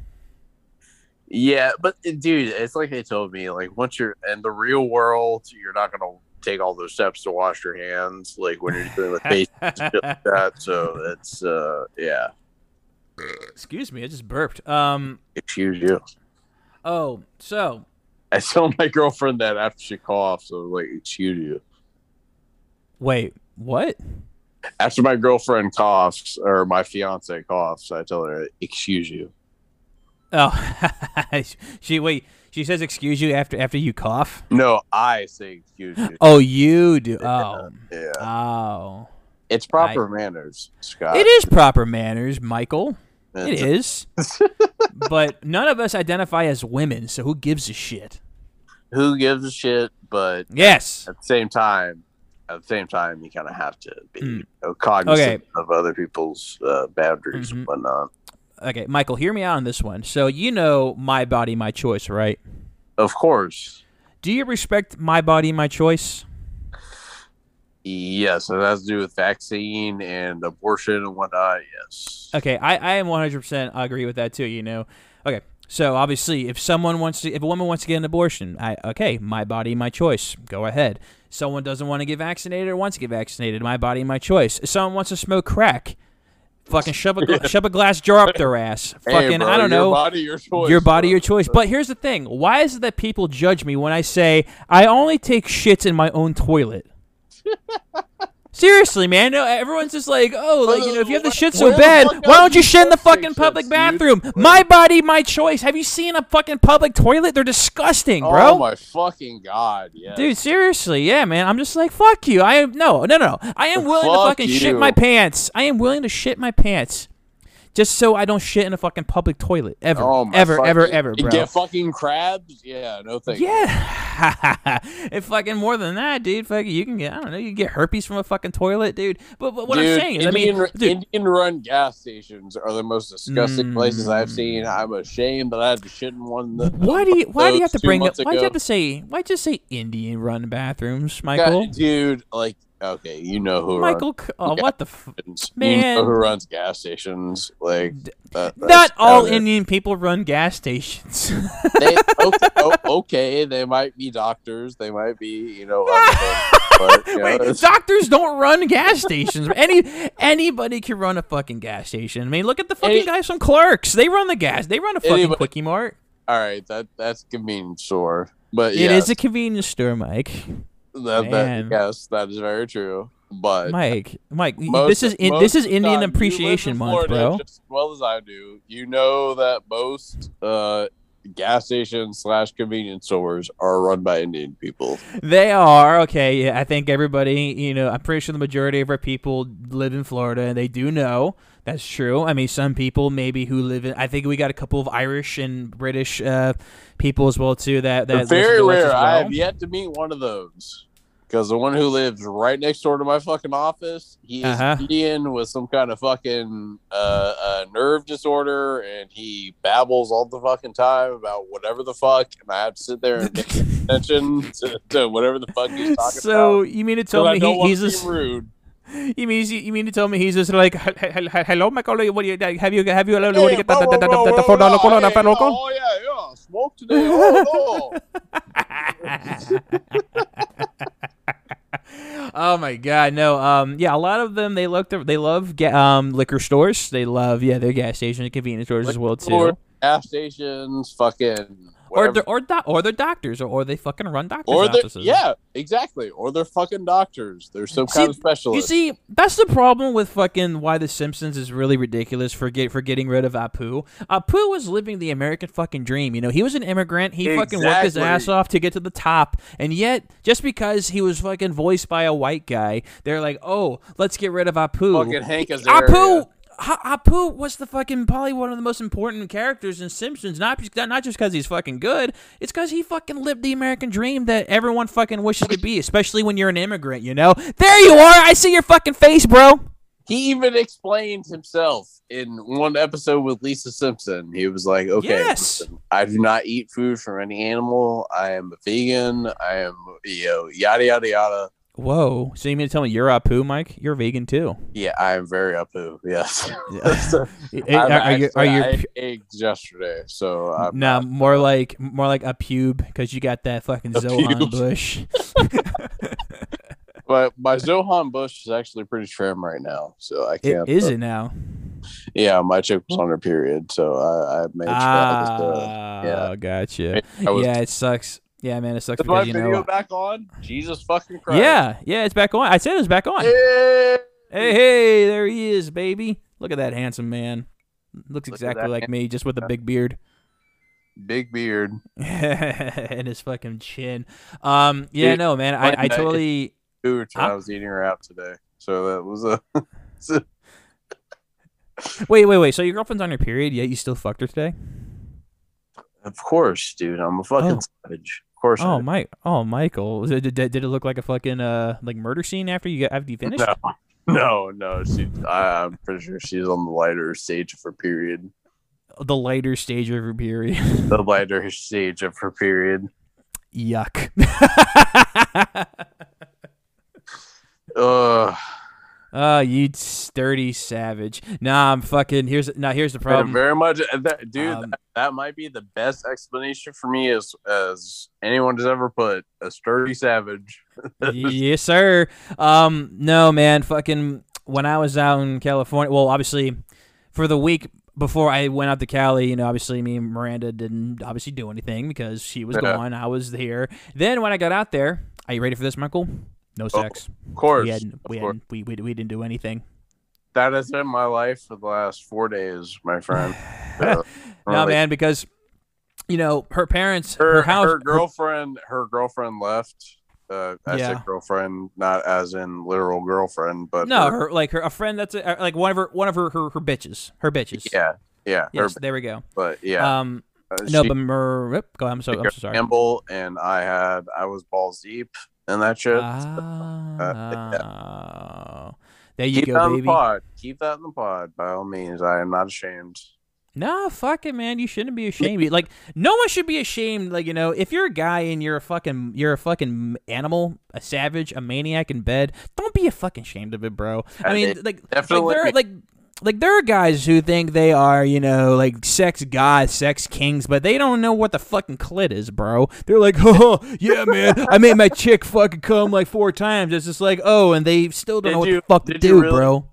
S4: yeah, but uh, dude, it's like they told me. Like once you're in the real world, you're not gonna take all those steps to wash your hands. Like when you're dealing with patients and shit like that. So it's, uh, yeah.
S3: Excuse me, I just burped. Um.
S4: Excuse you.
S3: Oh, so
S4: I told my girlfriend that after she coughed. So like, excuse you.
S3: wait, what?
S4: After my girlfriend coughs or my fiance coughs, I tell her, "Excuse you."
S3: Oh, she wait. She says, "Excuse you" after after you cough.
S4: No, I say excuse you.
S3: Oh, you do. Oh,
S4: Yeah,
S3: oh.
S4: it's proper manners, Scott.
S3: It is proper manners, Michael. It
S4: It's-
S3: is. but none of us identify as women, so who gives a shit?
S4: Who gives a shit? But
S3: Yes.
S4: at the same time, at the same time, you kind of have to be
S3: Mm.
S4: you know, cognizant
S3: Okay.
S4: of other people's uh, boundaries
S3: Mhm.
S4: and whatnot.
S3: Okay, Michael, hear me out on this one. So you know my body, my choice, right?
S4: Of course,
S3: Do you respect my body, my choice?
S4: yes, it has to do with vaccine and abortion and whatnot. Yes.
S3: Okay, I, I am 100% agree with that too, you know. Okay, so obviously, if someone wants to, if a woman wants to get an abortion, I okay, my body, my choice, go ahead. Someone doesn't want to get vaccinated or wants to get vaccinated, my body, my choice. If someone wants to smoke crack, fucking shove a, gla- shove a glass jar up their ass.
S4: Hey,
S3: Fucking,
S4: bro,
S3: I don't
S4: your
S3: know.
S4: Body, your choice.
S3: your body,
S4: bro.
S3: your choice. But here's the thing: why is it that people judge me when I say I only take shits in my own toilet? Seriously, man. No, everyone's just like, oh, like you know, if you have the shit so
S4: Where the
S3: bad,
S4: fuck
S3: why
S4: else
S3: don't you
S4: you
S3: shit in the
S4: supposed to
S3: fucking
S4: take
S3: public
S4: shits, dude?
S3: bathroom? My body, my choice. Have you seen a fucking public toilet? They're disgusting, bro.
S4: Oh my fucking god, yeah.
S3: Dude, seriously, yeah, man. I'm just like, fuck you. I am no, no, no. no. I am willing
S4: Fuck
S3: to fucking shit
S4: you.
S3: my pants. I am willing to shit my pants, just so I don't shit in a fucking public toilet ever,
S4: Oh my
S3: ever, ever,
S4: fucking-
S3: ever,
S4: You
S3: bro.
S4: Get fucking crabs? Yeah, no thanks.
S3: Yeah, and fucking more than that, dude. Fucking, you can get I don't know, you can get herpes from a fucking toilet, dude. But, but what
S4: Dude,
S3: I'm saying is,
S4: Indian,
S3: I mean, dude,
S4: Indian run gas stations are the most disgusting places I've seen.
S3: Mm.
S4: I'm ashamed that I had to shit in one. th-
S3: why do you why do you have to
S4: two
S3: bring up?
S4: months
S3: Why do you
S4: ago.
S3: have to say? Why just say Indian run bathrooms,
S4: God,
S3: Michael?
S4: dude, like, okay, you know who
S3: Michael, c- oh,
S4: Yeah.
S3: what the? F-
S4: runs.
S3: man.
S4: You know who runs gas stations? Like,
S3: Not
S4: that- that's
S3: all
S4: about it.
S3: Indian people run gas stations.
S4: They, okay, oh, okay, they might be doctors. They might be, you know. other things, but, you know,
S3: Wait,
S4: it's-
S3: doctors don't run gas stations. Any anybody can run a fucking gas station. I mean, look at the fucking
S4: Any-
S3: guys from Clerks. They run the gas. They run a fucking
S4: Anybody-
S3: quickie mart.
S4: all right, that that's convenience store, but
S3: It
S4: yeah,
S3: is a convenience store, Mike.
S4: That,
S3: Man.
S4: that, yes, that is very true. But
S3: Mike, Mike, y-
S4: most-
S3: this is in, this
S4: most
S3: is
S4: of the
S3: Indian
S4: time, you live
S3: Appreciation
S4: in
S3: Month,
S4: Florida
S3: bro.
S4: Just as well as I do, you know that most uh, gas stations slash convenience stores are run by Indian people.
S3: They are okay. Yeah, I think everybody, you know, I'm pretty sure the majority of our people live in Florida, and they do know that's true. I mean, some people maybe who live in. I think we got a couple of Irish and British uh, people as well too. That that listen
S4: very
S3: to us as
S4: rare. I
S3: well.
S4: have yet to meet one of those. Because the one who lives right next door to my fucking office, he is
S3: Uh-huh.
S4: Indian with some kind of fucking uh, uh, nerve disorder, and he babbles all the fucking time about whatever the fuck, and I have to sit there and pay attention to, to whatever the fuck he's talking
S3: so
S4: about.
S3: you mean to
S4: 'cause
S3: tell
S4: I
S3: me
S4: don't
S3: he,
S4: wanna
S3: he's
S4: be
S3: just
S4: rude.
S3: you mean you mean to tell me he's just like "Hel- hel- hel- hello, Michael? What do you have you have you allowed
S4: Hey,
S3: to get
S4: bro,
S3: that-
S4: bro,
S3: that- that-
S4: bro,
S3: that- that-
S4: bro,
S3: for dollar,
S4: yeah,
S3: color,
S4: yeah,
S3: for local?
S4: Oh yeah, yeah, smoke today. Oh no.
S3: oh my god, no. Um, yeah, a lot of them they look they love ga- um liquor stores. They love yeah their gas stations and convenience stores as well too.
S4: Or gas stations, fucking.
S3: or
S4: whatever
S3: they're, or doc or they're doctors or, or they fucking run doctors
S4: or they're
S3: offices.
S4: yeah, exactly. Or they're fucking doctors. They're some
S3: See,
S4: kind of
S3: You
S4: specialist.
S3: see, that's the problem with fucking why The Simpsons is really ridiculous for get for getting rid of Apu. Apu was living the American fucking dream. You know, he was an immigrant. He fucking worked his
S4: Exactly.
S3: ass off to get to the top, and yet just because he was fucking voiced by a white guy, they're like, oh, let's get rid of Apu.
S4: Fucking Hank Azaria.
S3: Apu. Ha- Apu was the fucking probably one of the most important characters in Simpsons. Not just not just because he's fucking good. It's because he fucking lived the American dream that everyone fucking wishes to be, especially when you're an immigrant. You know. There you are. I see your fucking face, bro.
S4: He even explained himself in one episode with Lisa Simpson. He was like, "Okay,
S3: Yes.
S4: listen, I do not eat food from any animal. I am a vegan. I am, you know, yada yada yada.
S3: Whoa. So you mean to tell me you're a poo, Mike? You're vegan too.
S4: Yeah, I am very apu. Yes,
S3: Yeah.
S4: I'm
S3: are, are you? Are
S4: actually-
S3: you?
S4: I ate eggs yesterday, so uh, I'm
S3: No, more like more like a pube because you got that fucking Zohan
S4: pube.
S3: bush.
S4: But my Zohan Bush is actually pretty trim right now, so I
S3: It
S4: can't.
S3: is it now?
S4: Yeah, my chick was on her period, so I, I made sure I was. Uh,
S3: Ah,
S4: yeah.
S3: gotcha.
S4: I was-
S3: yeah, it sucks. Yeah, man, it sucks
S4: is my
S3: because you
S4: video
S3: know.
S4: back on? Jesus fucking Christ!
S3: Yeah, yeah, it's back on. I said it was back on.
S4: Hey!
S3: Hey, hey, there he is, baby. Look at that handsome man. Looks
S4: Look at
S3: exactly
S4: that
S3: like me, just with a big beard
S4: Big beard.
S3: and his fucking chin. Um, yeah,
S4: Dude,
S3: no, man, I,
S4: one
S3: I
S4: day-
S3: totally.
S4: Dude,
S3: Huh?
S4: I was eating her out today, so that was a.
S3: Wait, wait, wait. So your girlfriend's on your period, yet you still fucked her today?
S4: Of course, dude. I'm a fucking savage. Of course.
S3: Oh,
S4: I
S3: Mike. Oh, Michael. Did, did, did it look like a fucking uh like murder scene after you got, after you
S4: did.
S3: finished?
S4: no, no, no. She, I, I'm pretty sure she's on the lighter stage of her period.
S3: The later stage of her period.
S4: The lighter stage of her period.
S3: Yuck.
S4: Ugh.
S3: oh, you sturdy savage. Nah, I'm fucking. Here's now. Here's the
S4: Yeah,
S3: problem.
S4: very much, uh, that, dude.
S3: Um,
S4: that, that might be the best explanation for me as as anyone has ever put a sturdy savage.
S3: yes, sir. Um, no, man, fucking. When I was out in California, well, obviously, for the week before I went out to Cali, you know, obviously me and Miranda didn't obviously do anything because she was
S4: Yeah.
S3: gone. I was here. Then when I got out there, are you ready for this, Michael? No sex.
S4: Of course,
S3: we hadn't.
S4: of
S3: We,
S4: course.
S3: hadn't we, we we didn't do anything.
S4: that has been my life for the last four days, my friend. Uh,
S3: No,
S4: really.
S3: man, because you know her parents, her,
S4: her
S3: house,
S4: her girlfriend her girlfriend left. Uh, I
S3: Yeah.
S4: said girlfriend, not as in literal girlfriend, but
S3: no,
S4: her-
S3: her like her a friend that's a, like one of her one of her her, her bitches, her bitches.
S4: yeah, yeah, her-
S3: Yes, there we go.
S4: but yeah,
S3: Um,
S4: uh,
S3: no,
S4: she-
S3: but mer- whoop, go. I'm so, I'm so sorry.
S4: Campbell and I had I was balls deep and that shit.
S3: Uh, Ah, there you
S4: Keep that
S3: go,
S4: in the
S3: baby.
S4: pod. Keep that in the pod, by all means. I am not ashamed.
S3: No, fuck it, man. You shouldn't be ashamed. like, no one should be ashamed. Like, you know, if you're a guy and you're a fucking, you're a fucking animal, a savage, a maniac in bed, don't be a fucking ashamed of it, bro. I
S4: I
S3: mean,
S4: mean,
S3: like, like
S4: definitely-
S3: there, are- like, like there are guys who think they are, you know, like sex gods, sex kings, but they don't know what the fucking clit is, bro. They're like, oh, yeah, man, I made my chick fucking come like four times. It's just like, oh, and they still don't
S4: Did
S3: know what
S4: you-
S3: the fuck to
S4: did you
S3: do,
S4: really-
S3: bro.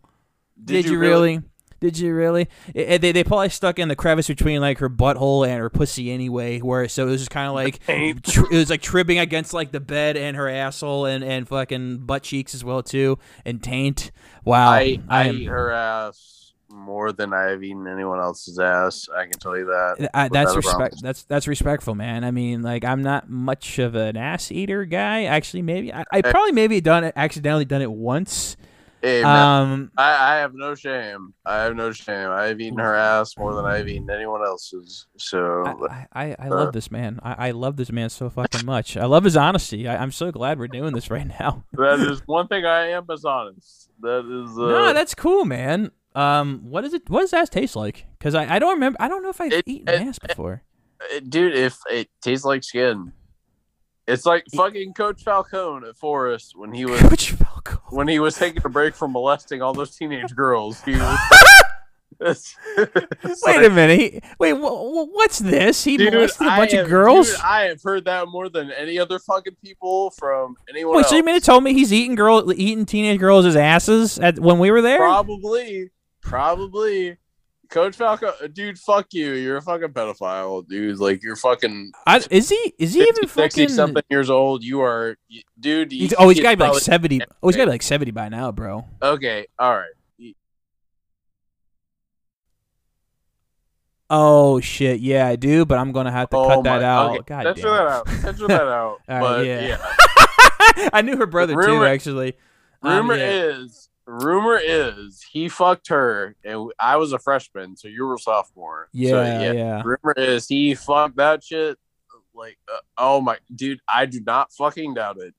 S3: Did, you really? Did you really? I- I- they, they probably stuck in the crevice between like her butthole and her pussy anyway, where so it was just kind of like
S4: Ain't.
S3: tri- it was like tribbing against like the bed and her asshole and and fucking butt cheeks as well too and taint. Wow,
S4: I, I,
S3: am-
S4: eat her ass more than I have eaten anyone else's ass. I can tell you that.
S3: I- that's
S4: without a
S3: respect.
S4: problem.
S3: That's that's respectful, man. I mean, like I'm not much of an ass eater guy. Actually, maybe I, I probably maybe done it accidentally done it once.
S4: Hey, man,
S3: Um,
S4: I, I have no shame. I have no shame. I have eaten her ass more than I've eaten anyone else's. So
S3: I, I, I-
S4: uh,
S3: I love this man. I, I love this man so fucking much. I love his honesty. I, I'm so glad we're doing this right now.
S4: that is one thing I am is honest. That is uh,
S3: no, that's cool, man. Um, what is it? What does ass taste like? Because I, I don't remember. I don't know if I've
S4: It-
S3: eaten
S4: it-
S3: ass before.
S4: it- dude. If it tastes like skin, it's like fucking Coach Falcone at Forest when he was
S3: Coach Falco.
S4: when he was taking a break from molesting all those teenage girls. He was It's- it's
S3: Wait
S4: like,
S3: a minute. He, wait, wh- wh- what's this? He
S4: dude,
S3: molested a
S4: I
S3: bunch
S4: have-
S3: of girls.
S4: dude, I have heard that more than any other fucking people from anyone
S3: wait,
S4: else.
S3: so you mean to tell me he's eating girl, eating teenage girls as asses at when we were there?
S4: Probably, probably. Coach Falco, uh, dude, fuck you. You're a fucking pedophile, dude. Like you're fucking
S3: I, is he? Is he
S4: 50,
S3: even
S4: 60
S3: fucking?
S4: something years old. You are, you- dude. You,
S3: He's, oh, he's
S4: you
S3: got to be like
S4: probably-
S3: seventy. Oh, he's got to be like seventy by now, bro.
S4: Okay, all right.
S3: Oh shit, yeah, I do, but I'm gonna have to
S4: oh
S3: cut
S4: my,
S3: that out.
S4: Okay,
S3: God
S4: censor
S3: damn
S4: that
S3: it.
S4: out. Censor that out.
S3: All right,
S4: but
S3: yeah.
S4: yeah.
S3: I knew her brother too,
S4: Rumor-
S3: actually. Um,
S4: Rumor
S3: yeah.
S4: is, rumor is, he fucked her, and I was a freshman, so you were a sophomore.
S3: yeah,
S4: so,
S3: yeah,
S4: Rumor is he fucked that shit. Like, uh, oh my, dude, I do not fucking doubt it.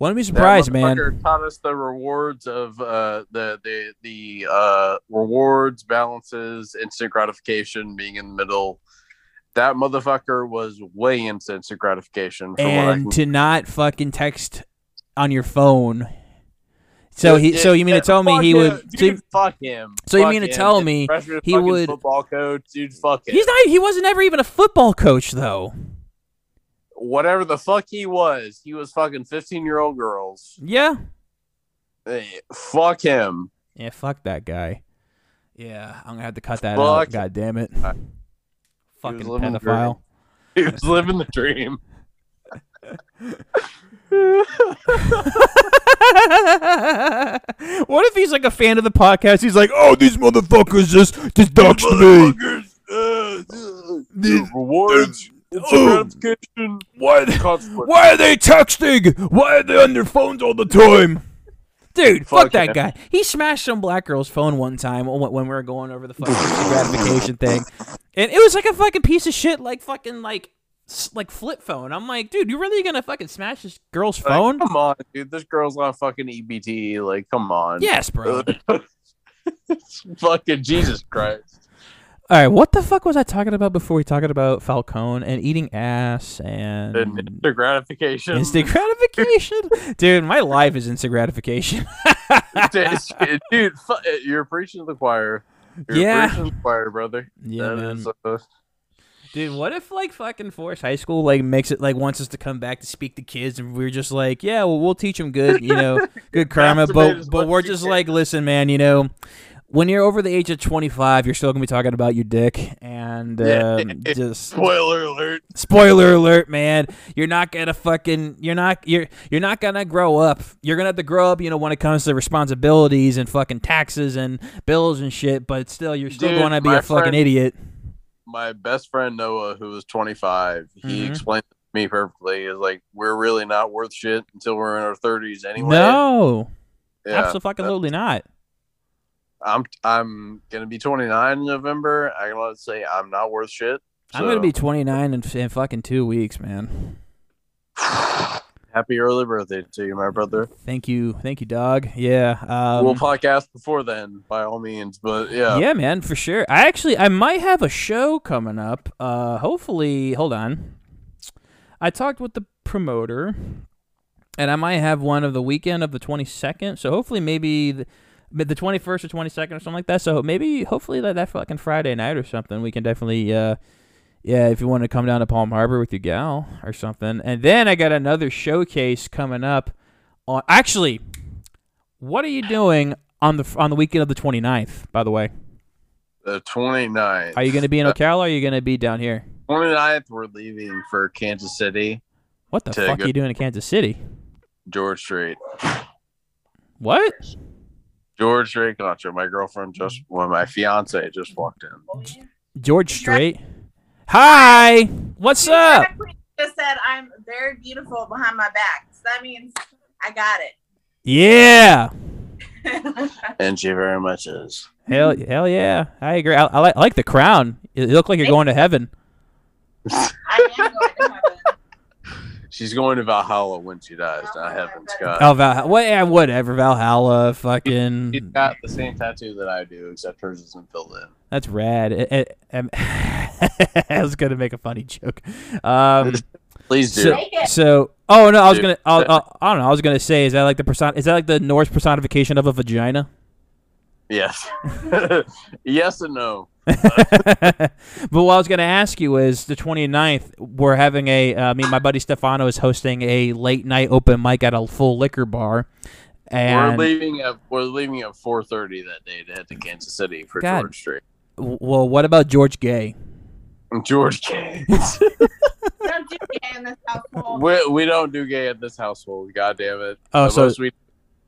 S3: Wouldn't be surprised,
S4: that
S3: man.
S4: motherfucker Taught us the rewards of uh, the the the uh, rewards, balances, instant gratification, being in the middle. That motherfucker was way into instant gratification. From
S3: and
S4: what I
S3: to not fucking text on your phone. So he, so you mean to tell me he would?
S4: Dude,
S3: so you-
S4: fuck him.
S3: so you
S4: Fuck
S3: mean to
S4: him.
S3: tell
S4: It's
S3: me
S4: freshman
S3: he
S4: fucking
S3: would-
S4: football coach, dude? Fuck him.
S3: he's not. He wasn't ever even a football coach, though.
S4: Whatever the fuck he was, he was fucking fifteen-year-old girls.
S3: Yeah.
S4: Hey, fuck him.
S3: Yeah. Fuck that guy. Yeah, I'm gonna have to cut that
S4: Fuck.
S3: out. God damn it.
S4: Uh,
S3: Fucking
S4: living the
S3: pedophile.
S4: He was living the dream.
S3: what if he's like a fan of the podcast? He's like, oh, these motherfuckers just just doxed me.
S4: These rewards. gratification.
S3: Why? the-
S4: Consequences.
S3: Why are they texting? Why are they on their phones all the time? Dude, fuck,
S4: Fuck
S3: that
S4: him.
S3: guy. He smashed some black girl's phone one time when when we were going over the fucking gratification thing, and it was like a fucking piece of shit, like fucking like s- like flip phone. I'm like, dude, you really gonna fucking smash this girl's
S4: Like,
S3: phone?
S4: come on, dude. This girl's on fucking EBT. Like, come on.
S3: Yes, bro. All
S4: fucking Jesus Christ.
S3: right, what the fuck was I talking about before we talked about Falcone and eating ass and
S4: And instant gratification.
S3: instant gratification? dude, my life is instant gratification.
S4: dude, fu- you're preaching to the choir. You're
S3: Yeah.
S4: preaching to the choir, brother.
S3: yeah,
S4: That
S3: man.
S4: is, uh,
S3: Dude, what if like fucking Forest High School like makes it like wants us to come back to speak to kids, and we're just like, yeah, well, we'll teach them good, you know, good karma,
S4: Masturbate
S3: but
S4: as
S3: but
S4: much
S3: we're
S4: as you
S3: just
S4: can.
S3: like, listen, man, you know, when you're over the age of 25, you're still gonna be talking about your dick, and
S4: Yeah.
S3: um, just
S4: spoiler alert.
S3: spoiler alert, man, you're not gonna fucking, you're not you're you're not gonna grow up. You're gonna have to grow up, you know, when it comes to responsibilities and fucking taxes and bills and shit, but still, you're still
S4: Dude,
S3: gonna be
S4: my
S3: a fucking
S4: friend-
S3: idiot.
S4: my best friend Noah, who was 25, he
S3: Mhm.
S4: explained it to me perfectly. Is like we're really not worth shit until we're in our 30s anyway.
S3: No,
S4: Yeah.
S3: absolutely not.
S4: I'm I'm gonna be 29 in November. I can let say I'm not worth shit.
S3: I'm gonna
S4: So,
S3: be 29 in, in fucking two weeks, man.
S4: happy early birthday to you, my brother.
S3: Thank you, thank you, dog. Yeah, um,
S4: we'll podcast before then, by all means. But yeah,
S3: yeah, man, for sure. I actually, I might have a show coming up. Uh, hopefully, hold on. I talked with the promoter, and I might have one of the weekend of the 22nd. So hopefully, maybe the, but the 21st or 22nd or something like that. So maybe, hopefully, that that fucking Friday night or something, we can definitely. Uh, yeah, if you want to come down to Palm Harbor with your gal or something. And then I got another showcase coming up on actually what are you doing on the on the weekend of the 29th, by the way?
S4: the 29th.
S3: Are you going to be in
S4: Uh,
S3: Ocala or are you going to be down here?
S4: 29th? We're leaving for Kansas City,
S3: What the
S4: to
S3: fuck
S4: go-
S3: are you doing in Kansas City?
S4: George Strait,
S3: What?
S4: George Strait concert. My girlfriend just, well, my fiance just walked in.
S3: George Strait? Hi! What's up?
S5: Drag queen Just said I'm very beautiful behind my back. So that means I got
S3: Yeah!
S5: it.
S4: And she very much is.
S3: Hell, hell yeah. I agree. I, I, like, I like the crown. You look like you're going to heaven.
S5: I am going to heaven.
S4: She's going to Valhalla when she dies, not heaven, Scott.
S3: Oh, Val, what, yeah, whatever. Valhalla,
S4: She's
S3: fucking.
S4: got the same tattoo that I do, except hers isn't filled in.
S3: That's rad. It- it- um, I was going to make a funny joke. Um,
S4: Please do.
S3: So,
S5: Make it.
S3: so oh no, I was
S4: Dude.
S3: gonna, I'll, I'll, I don't know, I was gonna say, is that like the person, is that like the Norse personification of a vagina?
S4: yes. yes and no.
S3: but what I was gonna ask you is the 29th, we're having a, uh, me and my buddy Stefano is hosting a late night open mic at a full liquor bar,
S4: We're
S3: and
S4: leaving at we're leaving at four thirty that day to head to Kansas City for
S3: God.
S4: George Strait.
S3: w- well, what about George Gay?
S4: George Gay.
S5: Don't do gay in this household.
S4: we, we don't do gay at this household. God damn it.
S3: Oh,
S4: the
S3: so
S4: most we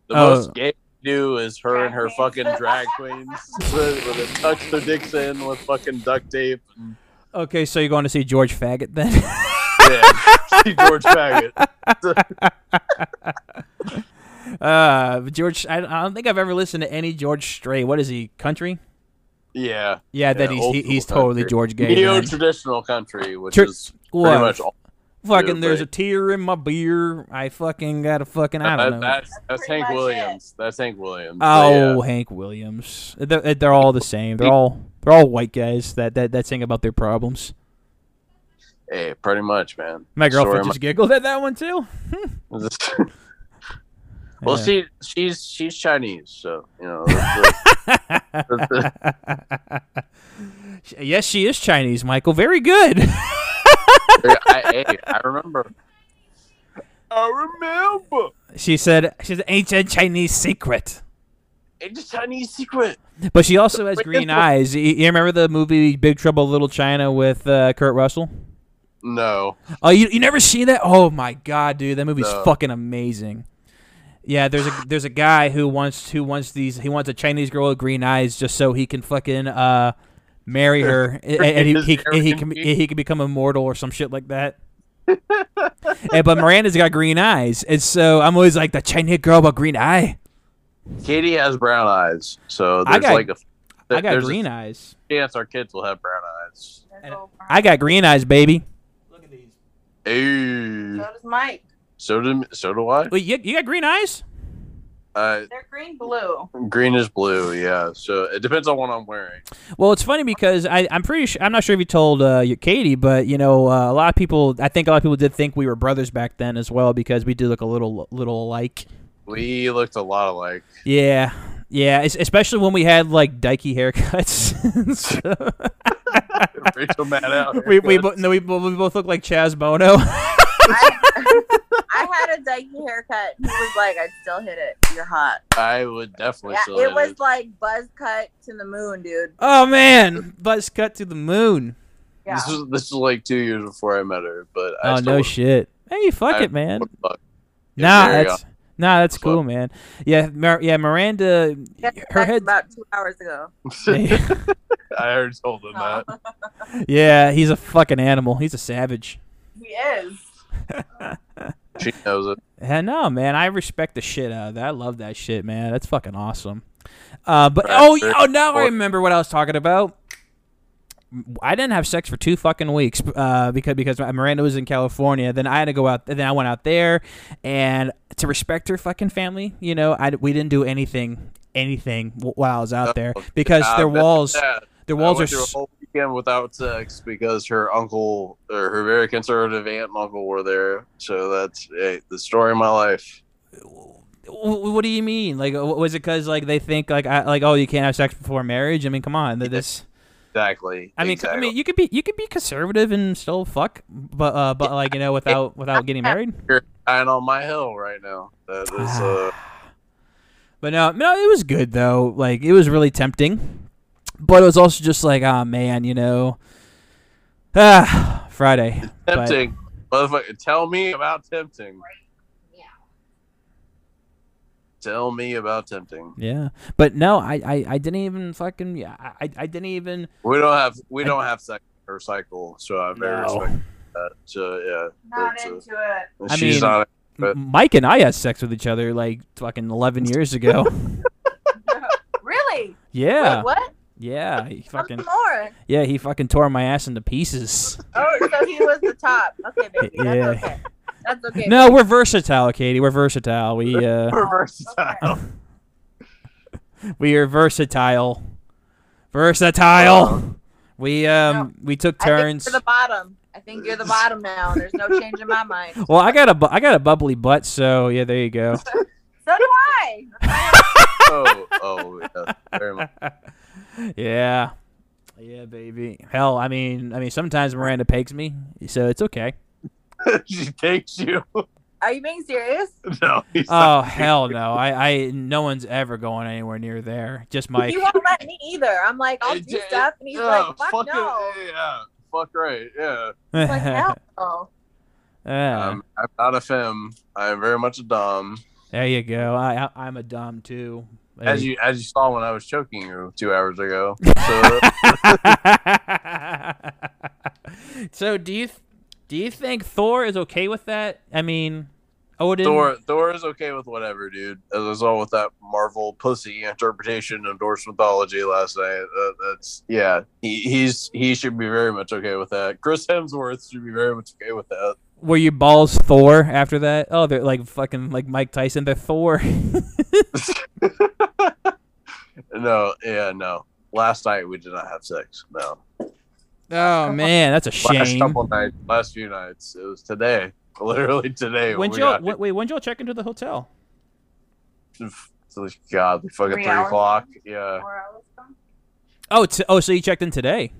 S4: the
S3: oh.
S4: most gay we do is her and her
S5: Drag
S4: fucking
S5: queens.
S4: drag queens with, with a tuck their dicks in with fucking duct tape. And,
S3: okay, so you're going to see George Faggot then?
S4: yeah, see George Faggot.
S3: uh, but George, I, I don't think I've ever listened to any George Stray. What is he? Country?
S4: Yeah,
S3: Yeah, that
S4: Yeah,
S3: he's
S4: old
S3: he, he's
S4: school
S3: totally
S4: country.
S3: George Gay.
S4: neo
S3: man.
S4: traditional country, which
S3: Tr-
S4: is
S3: What?
S4: pretty much all
S3: Fucking,
S4: Yeah,
S3: there's a
S4: right.
S3: tear in my beer. I fucking got a fucking. I
S4: That-
S3: don't know.
S4: that's that's Hank
S5: Pretty much it.
S4: Williams. That's Hank Williams. But yeah.
S3: Oh, Hank Williams. They're, eh, they're all the same. They're all they're all white guys that that, that sing about their problems.
S4: Hey, pretty much, man.
S3: My girlfriend
S4: Sorry,
S3: just giggled at that one too.
S4: my- well,
S3: Yeah.
S4: she she's she's Chinese, so you know. that's-
S3: yes, she is Chinese, Michael. Very good.
S4: I, hey, I remember. I remember.
S3: she said she's an ancient Chinese secret.
S4: It's a Chinese secret.
S3: But she also has
S4: Wait,
S3: green
S4: that's what-
S3: eyes. You, you remember the movie Big Trouble in Little China with uh, Kurt Russell?
S4: No.
S3: Oh, you, you never seen that? Oh my god, dude, that movie's
S4: No.
S3: fucking amazing. Yeah, there's a there's a guy who wants who wants these he wants a Chinese girl with green eyes just so he can fucking uh marry her a- and, and he, he, and he can he can become immortal or some shit like that. and, but Miranda's got green eyes, and so I'm always like the Chinese girl with green eye.
S4: Katie has brown eyes, so
S3: I
S4: there's
S3: got-
S4: like a.
S3: I got
S4: there's
S3: green
S4: a
S3: eyes.
S4: chance our kids will have brown eyes.
S5: That's all fine.
S3: I got green eyes, baby.
S4: Hey.
S5: So does Mike.
S4: So do so do I.
S3: Wait, you, you got green eyes?
S4: Uh,
S5: They're green blue.
S4: green is blue. Yeah. So it depends on what I'm wearing.
S3: Well, it's funny because I, I'm pretty sure I'm not sure if you told uh, your Katie, but you know uh, a lot of people. I think a lot of people did think we were brothers back then as well because we do look a little little alike.
S4: We looked a lot alike.
S3: Yeah, yeah. es- especially when we had like dykey haircuts. So-
S4: Rachel Matt out.
S3: we we, bo- no, we, bo- we both look like Chaz Bono.
S5: I, I had a dykey haircut. He was like, I'd still hit it. You're hot.
S4: I would definitely.
S5: Yeah,
S4: still
S5: it
S4: hit
S5: was like buzz cut to the moon, dude.
S3: oh man, buzz cut to the moon.
S5: Yeah.
S4: This is this is like two years before I met her, but I
S3: Oh
S4: still
S3: no shit. Hey, fuck
S4: I-
S3: it, man.
S4: fuck. Yeah,
S3: Nah,
S4: there you
S3: that's nah, that's
S4: Fuck.
S3: cool, man. Yeah, Mar- yeah. Miranda,
S5: That's
S3: her head.
S5: about two hours ago.
S4: I already told him that.
S3: Yeah, he's a fucking animal. He's a savage.
S5: he is.
S4: She knows it.
S3: Yeah, no, man, I respect the shit out of that. I love that shit, man. That's fucking awesome. Uh, but
S4: Right,
S3: oh,
S4: right.
S3: oh, now I
S4: Or-
S3: remember what I was talking about. I didn't have sex for two fucking weeks uh, because because Miranda was in California. Then I had to go out. Then I went out there, and to respect her fucking family, you know, I we didn't do anything anything wh- while I was out there because
S4: Nah,
S3: their
S4: that's
S3: walls
S4: sad.
S3: their
S4: I
S3: walls are
S4: went through a
S3: s-
S4: whole weekend without sex because her uncle or her very conservative aunt and uncle were there. So that's hey, the story of my life.
S3: Wh- what do you mean? Like, wh- was it because like they think like I like oh you can't have sex before marriage? I mean, come on, th- this.
S4: Exactly.
S3: I mean, c- I
S4: exactly.
S3: mean, you could be you could be conservative and still fuck, but uh, but like you know, without without getting married.
S4: you're dying on my hill right now. That is
S3: Ah,
S4: uh,
S3: But no, no, it was good though. Like it was really tempting, but it was also just like, ah, man, you know, ah, Friday. But-
S4: tempting. Motherfucker, tell me about tempting. Tell me about tempting.
S3: yeah, but no, I, I I didn't even fucking yeah, I I didn't even
S4: We don't have we
S3: I-
S4: don't have sex or cycle, so I very
S3: No.
S4: respect that. So yeah,
S5: Not
S4: that's, uh,
S5: into it.
S3: I
S4: she's
S3: mean- uh,
S4: not. But-
S3: Mike and I had sex with each other like fucking eleven years ago.
S5: Really?
S3: yeah,
S5: Wait, what?
S3: yeah, he fucking
S5: Something more.
S3: yeah, he fucking tore my ass into pieces.
S5: Oh, so he was the top. Okay, baby. That's
S3: Yeah.
S5: okay. That's okay.
S3: No, we're versatile, Katie. We're versatile. We uh.
S4: We're versatile.
S3: We are versatile. Versatile. we um we took
S5: I think
S3: turns.
S5: you're the bottom. I think you're the bottom now. There's no change in my mind. So do
S3: well, I got a bu- I got a bubbly butt, so yeah, there you go.
S5: I.
S4: oh, oh, yeah, very much.
S3: yeah. Yeah, baby. Hell, I mean, I mean, sometimes Miranda pegs me, so it's okay.
S4: she takes you.
S5: Are you being serious?
S4: No, he's not.
S3: Oh hell no! I, I no one's ever going anywhere near there. Just Mike.
S5: He won't let me either. I'm like, I'll do
S4: Yeah,
S5: stuff, and he's
S4: yeah,
S5: like, fuck
S4: oh, fuck
S5: no.
S4: it, yeah, fuck right, yeah.
S5: I'm Like no.
S3: Yeah.
S4: Um, I'm not a femme. I am very much a dom.
S3: there you go. I, I I'm a dom too.
S4: As you as you saw when I was choking you two hours ago. So uh,
S3: so do you do you think Thor is okay with that? I mean, Odin.
S4: Thor Thor is okay with whatever, dude. As I saw with that Marvel pussy interpretation of Norse mythology last night. Uh, that's yeah. He, he's he should be very much okay with that. Chris Hemsworth should be very much okay with that.
S3: Were you balls Thor after that? Oh, they're like fucking like Mike Tyson. They're Thor.
S4: No, yeah, no. Last night we did not have sex. No.
S3: oh man, that's a
S4: Last
S3: shame.
S4: couple nights, last few nights. It was today. Literally today.
S3: When
S4: we
S3: y'all
S4: got-
S3: wh- wait, when y'all check into the hotel?
S4: God, we fucking
S5: Three
S4: three
S5: hours?
S4: o'clock. Yeah.
S5: Four hours ago.
S3: Oh, t- oh, so you checked in today?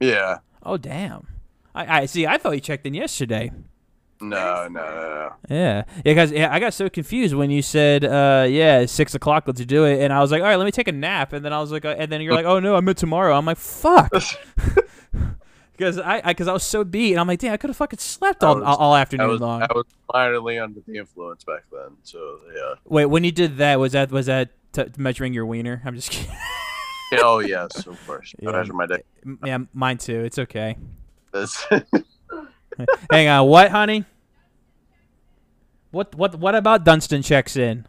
S4: Yeah.
S3: Oh damn. I, I see. I thought you checked in yesterday.
S4: No, no, no,
S3: Yeah, yeah, guys. Yeah, I got so confused when you said, uh, "Yeah, it's six o'clock, let's do it," and I was like, "All right, let me take a nap," and then I was like, uh, and then you're like, "Oh no, I meant tomorrow." I'm like, "Fuck," because I, because I, was so beat, and I'm like, "Damn, I could have fucking slept all,
S4: was-
S3: all, all
S4: no. I
S3: afternoon
S4: was
S3: long."
S4: I was minorly under the influence back then. So yeah.
S3: Wait, when you did that, was that was that t- measuring your wiener? I'm just kidding.
S4: Yeah, oh yes, of course.
S3: Yeah.
S4: I measure my dick.
S3: yeah, mine too. It's okay.
S4: That's-
S3: Hang on, what, honey? What, what, what about Dunstan checks in?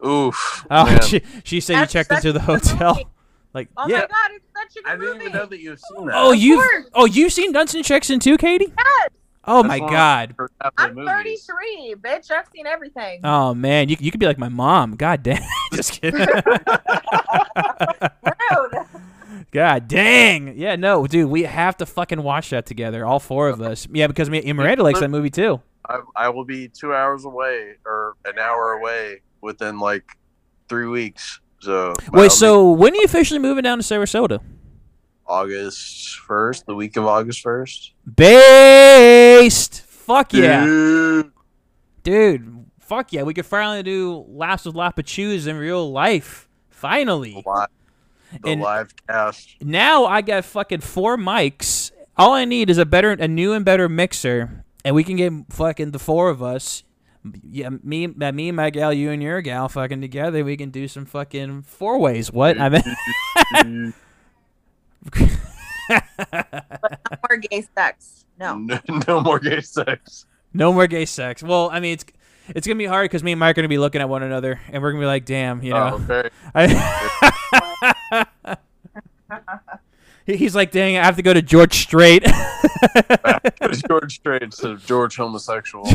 S4: Oof.
S3: Oh,
S4: man.
S3: she, she said you
S5: That's-
S3: checked into the
S5: that's a good
S3: hotel.
S5: movie.
S3: Like,
S5: Oh
S3: yeah.
S5: my god, it's such a good
S4: I didn't
S5: movie.
S4: even know that you've seen that.
S3: Oh,
S5: Of
S3: you
S5: course.
S3: oh you've seen Dunstan Checks in too, Katie?
S5: Yes,
S3: Oh
S4: That's
S3: my
S4: one of
S3: god.
S4: her top
S5: I'm
S4: movies.
S5: 33, bitch. I've seen everything.
S3: Oh man, you you could be like my mom. God damn. Just kidding.
S5: Rude.
S3: God dang. Yeah, no, dude, we have to fucking watch that together, all four of us. Yeah, because me and Miranda likes that movie too.
S4: I, I will be two hours away or an hour away within like three weeks. So by all
S3: Wait, so when are you officially moving down to Sarasota?
S4: means, August first, the week of August first.
S3: Based. Fuck yeah. Dude, fuck yeah. We could finally do laps with Lapa Chews in real life.
S4: Oh,
S3: Finally.
S4: the
S3: And-
S4: live cast.
S3: now I got fucking four mics. All I need is a better, a new and better mixer, and we can get fucking the four of us. Yeah, me, uh, me, my gal, you and your gal, fucking together. We can do some fucking four ways. What I mean,
S4: Mm,
S5: More gay sex. No.
S4: no, no more gay sex.
S3: no more gay sex. Well, I mean, it's it's gonna be hard because me and Mike are gonna be looking at one another, and we're gonna be like, damn, you
S4: Oh,
S3: know.
S4: very-
S3: I- He- He's like, dang, I have to go to George Strait.
S4: George Strait instead of George homosexual.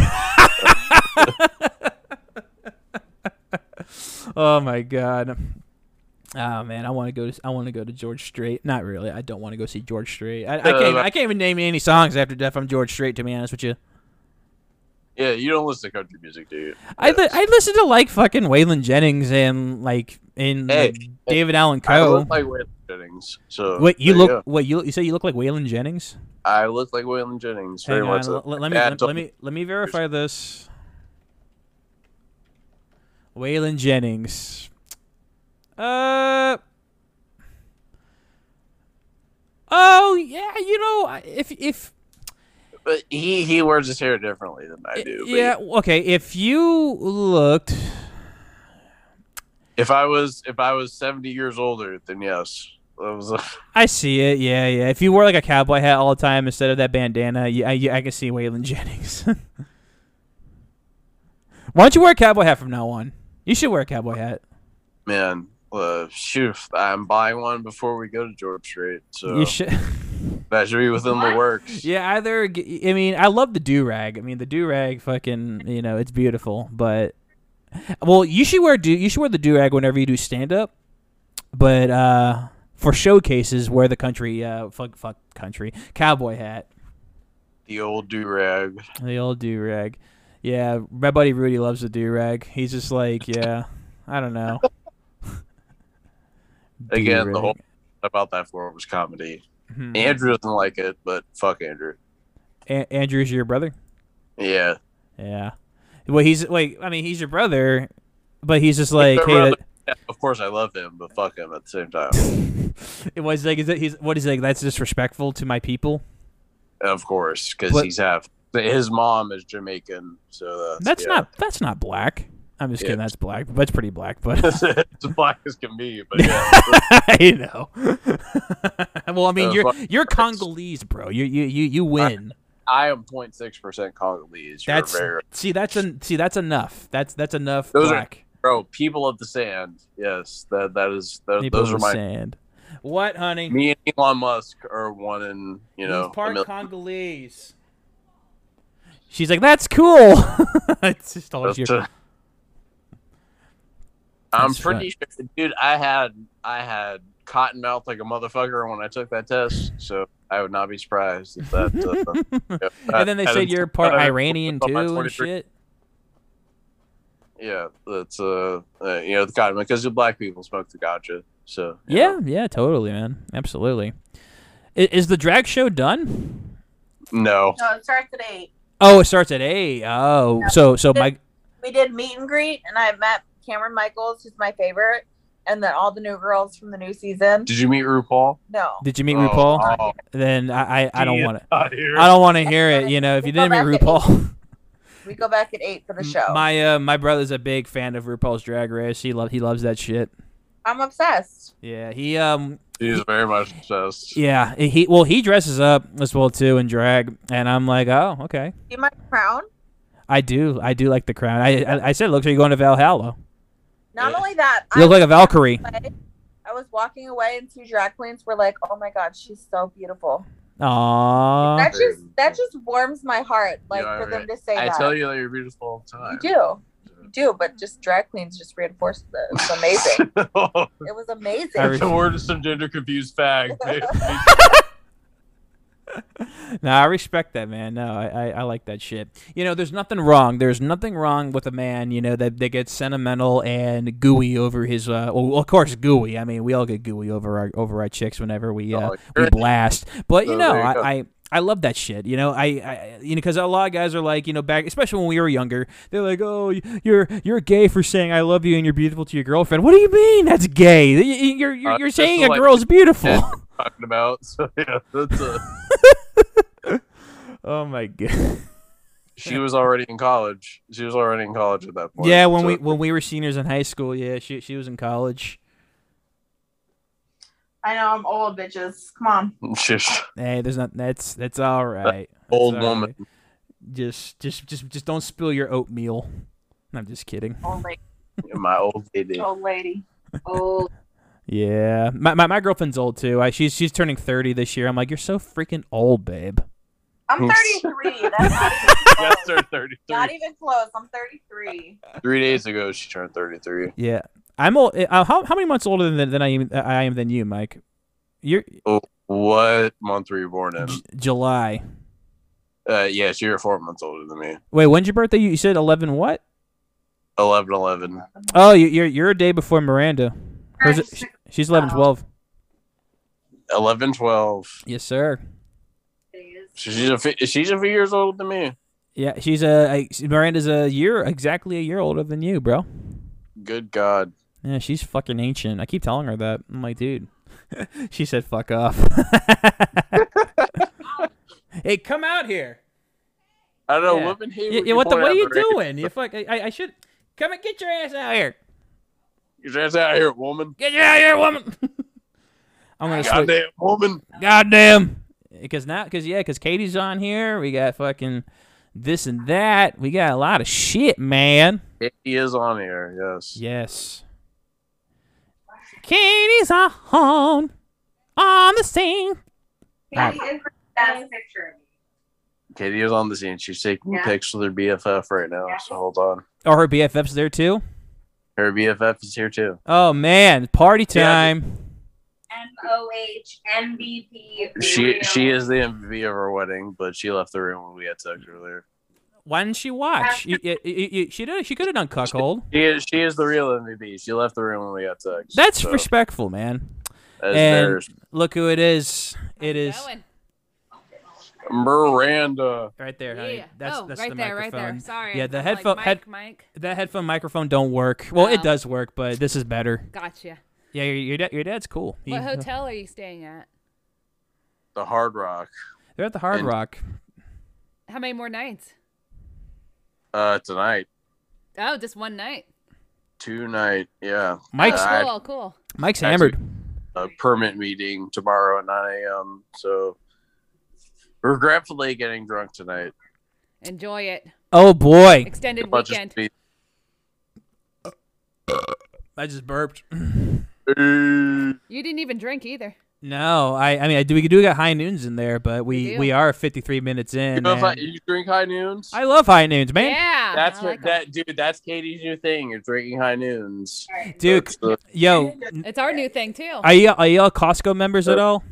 S3: Oh my god. Oh man, I want to go to I want to go to George Strait. Not really. I don't want to go see George Strait. I, I
S4: Uh,
S3: can't I can't even name any songs after Death from George Strait. To be honest with you,
S4: yeah, you don't listen to country music, do you?
S3: I li- I listen to like fucking Waylon Jennings and like in
S4: Hey,
S3: like, David Allen
S4: I
S3: Coe.
S4: look like Waylon Jennings. So
S3: Wait, you
S4: there
S3: look
S4: go.
S3: Oh. what you you say you look like Waylon Jennings?
S4: I look like Waylon Jennings.
S3: Hang
S4: Very
S3: on,
S4: much.
S3: l-
S4: so.
S3: let, me
S4: Bad
S3: let,
S4: double-
S3: let me let me verify this. Waylon Jennings. Uh. Oh yeah, you know I- if if
S4: But he he wears his hair differently than I do. but
S3: yeah okay if you looked
S4: If I was if I was seventy years older, then yes, that was a,
S3: I see it yeah yeah if you wore like a cowboy hat all the time instead of that bandana yeah I, yeah, I can see Waylon Jennings. Why don't you wear a cowboy hat from now on? You should wear a cowboy hat.
S4: man. Uh, shoot, I'm buying one before we go to George Strait, so
S3: You should.
S4: that should be within the
S5: What?
S4: works.
S3: Yeah, either g- I mean, I love the do rag. I mean, the do rag, fucking, you know, it's beautiful. But well, you should wear do you should wear the do rag whenever you do stand up. But uh, for showcases, wear the country, uh, fuck, fuck, country cowboy hat,
S4: The old do rag.
S3: the old do rag. Yeah, my buddy Rudy loves the do rag. He's just like, yeah, I don't know.
S4: Again, the
S3: Do-rag.
S4: whole about that floor was comedy.
S3: Mhm.
S4: Andrew doesn't like it, but fuck Andrew.
S3: A- Andrew's your brother.
S4: Yeah,
S3: Yeah. Well, he's wait. I mean, he's your brother, but he's just like, hey,
S4: my
S3: that-
S4: brother. Yeah, of course I love him, but fuck him at the same time.
S3: it was like, is that he's what is like? That's disrespectful to my people.
S4: of course, because
S3: But-
S4: he's half. His mom is Jamaican, so that's,
S3: That's
S4: yeah.
S3: not that's not black. I'm just kidding.
S4: Yeah.
S3: That's black. That's pretty black, but
S4: it's black as can be, but yeah.
S3: you know. well, I mean,
S4: Uh,
S3: you're
S4: fuck
S3: you're
S4: hurts.
S3: Congolese, bro. You you you you win.
S4: I am 0.6 percent Congolese. You're
S3: That's
S4: very
S3: see that's an see that's enough. That's that's enough
S4: Those are-
S3: black.
S4: bro. People of the sand. Yes, that that is. That,
S3: people
S4: those are
S3: of
S4: my.
S3: sand. What, honey?
S4: Me and Elon Musk are one in you know.
S3: he's
S4: a
S3: part
S4: mil-
S3: Congolese. She's like, "That's cool." it's just all
S4: That's
S3: your
S4: a- I'm
S3: That's
S4: pretty sure, dude. I had I had cotton mouth like a motherfucker when I took that test, so I would not be surprised if that. Uh, yeah, that
S3: and then they
S4: had
S3: said
S4: its-
S3: you're part
S4: had its-
S3: Iranian
S4: on my
S3: too and
S4: 23
S3: shit.
S4: Yeah, that's uh, uh you know the cotton because the black people smoke the ganja, so you
S3: Yeah,
S4: know.
S3: yeah, totally, man, absolutely. Is, is the drag show done?
S4: No,
S5: No, it starts at eight.
S3: Oh, it starts at eight. Oh, so so my
S5: We did meet and greet, and I met Cameron Michaels, who's my favorite, and then all the new girls from the new season.
S4: did you meet RuPaul?
S5: No,
S3: did you meet
S4: Oh,
S3: RuPaul?
S4: oh,
S3: Then I I, I don't
S4: he is
S3: want to
S4: not here.
S3: I don't want to hear it. You know, if you
S5: Well,
S3: didn't meet
S5: that's it.
S3: RuPaul.
S5: we go back at eight for the show.
S3: My uh, my brother's a big fan of RuPaul's Drag Race. He love he loves that shit.
S5: I'm obsessed.
S3: Yeah, he um
S4: He's very much obsessed.
S3: yeah he well he dresses up as well too in drag, and I'm like oh okay
S5: Do you mind the crown?
S3: I do I do like the crown. I I, I said it looks like you're going to Valhalla.
S5: Not
S4: Yeah.
S5: only that,
S3: You
S5: I
S3: look like a
S5: was
S3: Valkyrie.
S5: walking away- I was walking away, and two drag queens were like, "Oh my god, she's so beautiful."
S3: Aww.
S5: that just that just warms my heart, like
S4: Yeah,
S5: for them
S4: right.
S5: to say
S4: I
S5: that.
S4: tell you that you're beautiful all the time.
S5: you do, you do, but just drag queens just reinforces it. It's amazing. it was amazing.
S3: I re-
S4: the word is some gender confused fag.
S3: No, I respect that man. No, I, I I like that shit. You know, there's nothing wrong. There's nothing wrong with a man. You know that that gets sentimental and gooey over his. Uh, well, of course, gooey. I mean, we all get gooey over our over our chicks whenever we uh,
S4: Oh,
S3: we
S4: you're-
S3: blast. But you
S4: So
S3: know,
S4: Oh, there you go.
S3: I, I I love that shit. You know, I, I you know because a lot of guys are like you know back, especially when we were younger, they're like, oh, you're you're gay for saying I love you and you're beautiful to your girlfriend. What do you mean that's gay? You- you- You're you're,
S4: Uh,
S3: you're
S4: just
S3: saying
S4: the
S3: a
S4: like-
S3: girl's beautiful.
S4: Yeah. talking about. So yeah, that's a,
S3: oh my god.
S4: she was already in college. She was already in college at that point.
S3: Yeah, when
S4: so-
S3: we when we were seniors in high school, yeah, she she was in college.
S5: I know I'm old, bitches. Come on.
S4: She's
S3: Hey, there's not that's that's all right. That's
S4: old
S3: all
S4: woman.
S3: right. Just just just just don't spill your oatmeal. I'm just kidding.
S5: Old lady.
S4: my old lady.
S5: Old lady. Old.
S3: Yeah, my, my, my girlfriend's old too. I, she's she's turning thirty this year. I'm like, you're so freaking old, babe.
S5: I'm
S4: Oops.
S5: 33. That's not even
S4: Yes,
S5: close.
S4: sir, 33.
S5: Not even close. I'm 33.
S4: Three days ago, she turned 33.
S3: Yeah, I'm old. Uh, how how many months older than than I am, uh, I am than you, Mike? You're
S4: What month were you born in?
S3: J- July.
S4: Uh, yeah, so you're four months older than me.
S3: Wait, when's your birthday? You, you said eleven. What?
S4: 11, 11.
S3: Oh, you, you're you're a day before Miranda. Hers- she's eleven twelve.
S4: 11, 12.
S3: Yes, sir.
S4: So she's a, fe- she's a few years older than me.
S3: Yeah, she's a, a Miranda's a year exactly a year older than you, bro.
S4: Good God.
S3: Yeah, she's fucking ancient. I keep telling her that. I'm like, dude. she said, "Fuck off." hey, come out here.
S4: I don't know.
S3: Yeah.
S4: Women hate
S3: Yeah,
S4: when
S3: yeah, what the?
S4: point
S3: What are
S4: out
S3: you
S4: their age.
S3: doing? You fuck. I, I I should come and get your ass out here.
S4: You're just out here, woman.
S3: Get your out here, woman. I'm gonna switch.
S4: Goddamn woman.
S3: Goddamn. Because now, because yeah, because Katie's on here. We got fucking this and that. We got a lot of shit, man.
S4: He is on here, yes.
S3: Yes. Katie's on on the scene. Katie
S5: is the best picture of me.
S4: Katie is on the scene. She's taking
S5: Yeah.
S4: pics with her BFF right now.
S5: Yeah.
S4: So hold on.
S3: Are Oh, her BFFs there too?
S4: Her BFF is here too.
S3: Oh man, party
S4: Yeah,
S3: time.
S5: M O H M B P.
S4: She she is the MVP of her wedding, but she left the room when we had sex earlier.
S3: Why didn't she watch? You- you- you- you- she did, she could have done cuckold.
S4: She is she is the real MVP. She left the room when we had sex.
S3: That's
S4: so
S3: respectful, man. and-
S4: that's theirs.
S3: Look who it is. It is
S6: Going.
S4: Miranda.
S3: right there, honey.
S6: Yeah.
S3: That's
S6: oh,
S3: that's
S6: right
S3: the
S6: there,
S3: microphone.
S6: right there. Sorry.
S3: Yeah,
S6: I
S3: the
S6: thought,
S3: headphone-
S6: Like, Mike,
S3: head-
S6: Mike,
S3: That headphone microphone don't work. Well, it
S6: Oh.
S3: does work, but this is better.
S6: gotcha.
S3: Yeah, your, your, dad, your dad's cool. He-
S6: What hotel are you staying at?
S4: The hard rock.
S3: They're at the Hard
S4: And-
S3: Rock.
S6: How many more nights?
S4: Uh tonight.
S6: Oh, just one night.
S4: Tonight. Yeah.
S3: Mike's-
S4: Uh, I
S6: Cool, cool.
S3: Mike's
S4: Actually-
S3: hammered.
S4: a permit meeting tomorrow at 9 a.m. So regretfully getting drunk tonight.
S6: Enjoy it.
S3: Oh boy,
S6: Extended
S4: I'll just
S6: weekend.
S4: be-
S3: I just burped.
S6: You didn't even drink either.
S3: No, I I mean I do we do got high noons in there, but we
S6: do.
S3: we, are 53 minutes in.
S4: You, know if I-
S3: and
S4: you drink high noons?
S3: I love high noons, man.
S6: Yeah.
S4: that's
S6: I
S4: what
S6: like 'em.
S4: that dude. That's Katie's new thing. You're drinking high noons.
S3: Dude,
S4: That's the-
S3: yo,
S6: It's our new thing too.
S3: are you are y'all Costco members at all?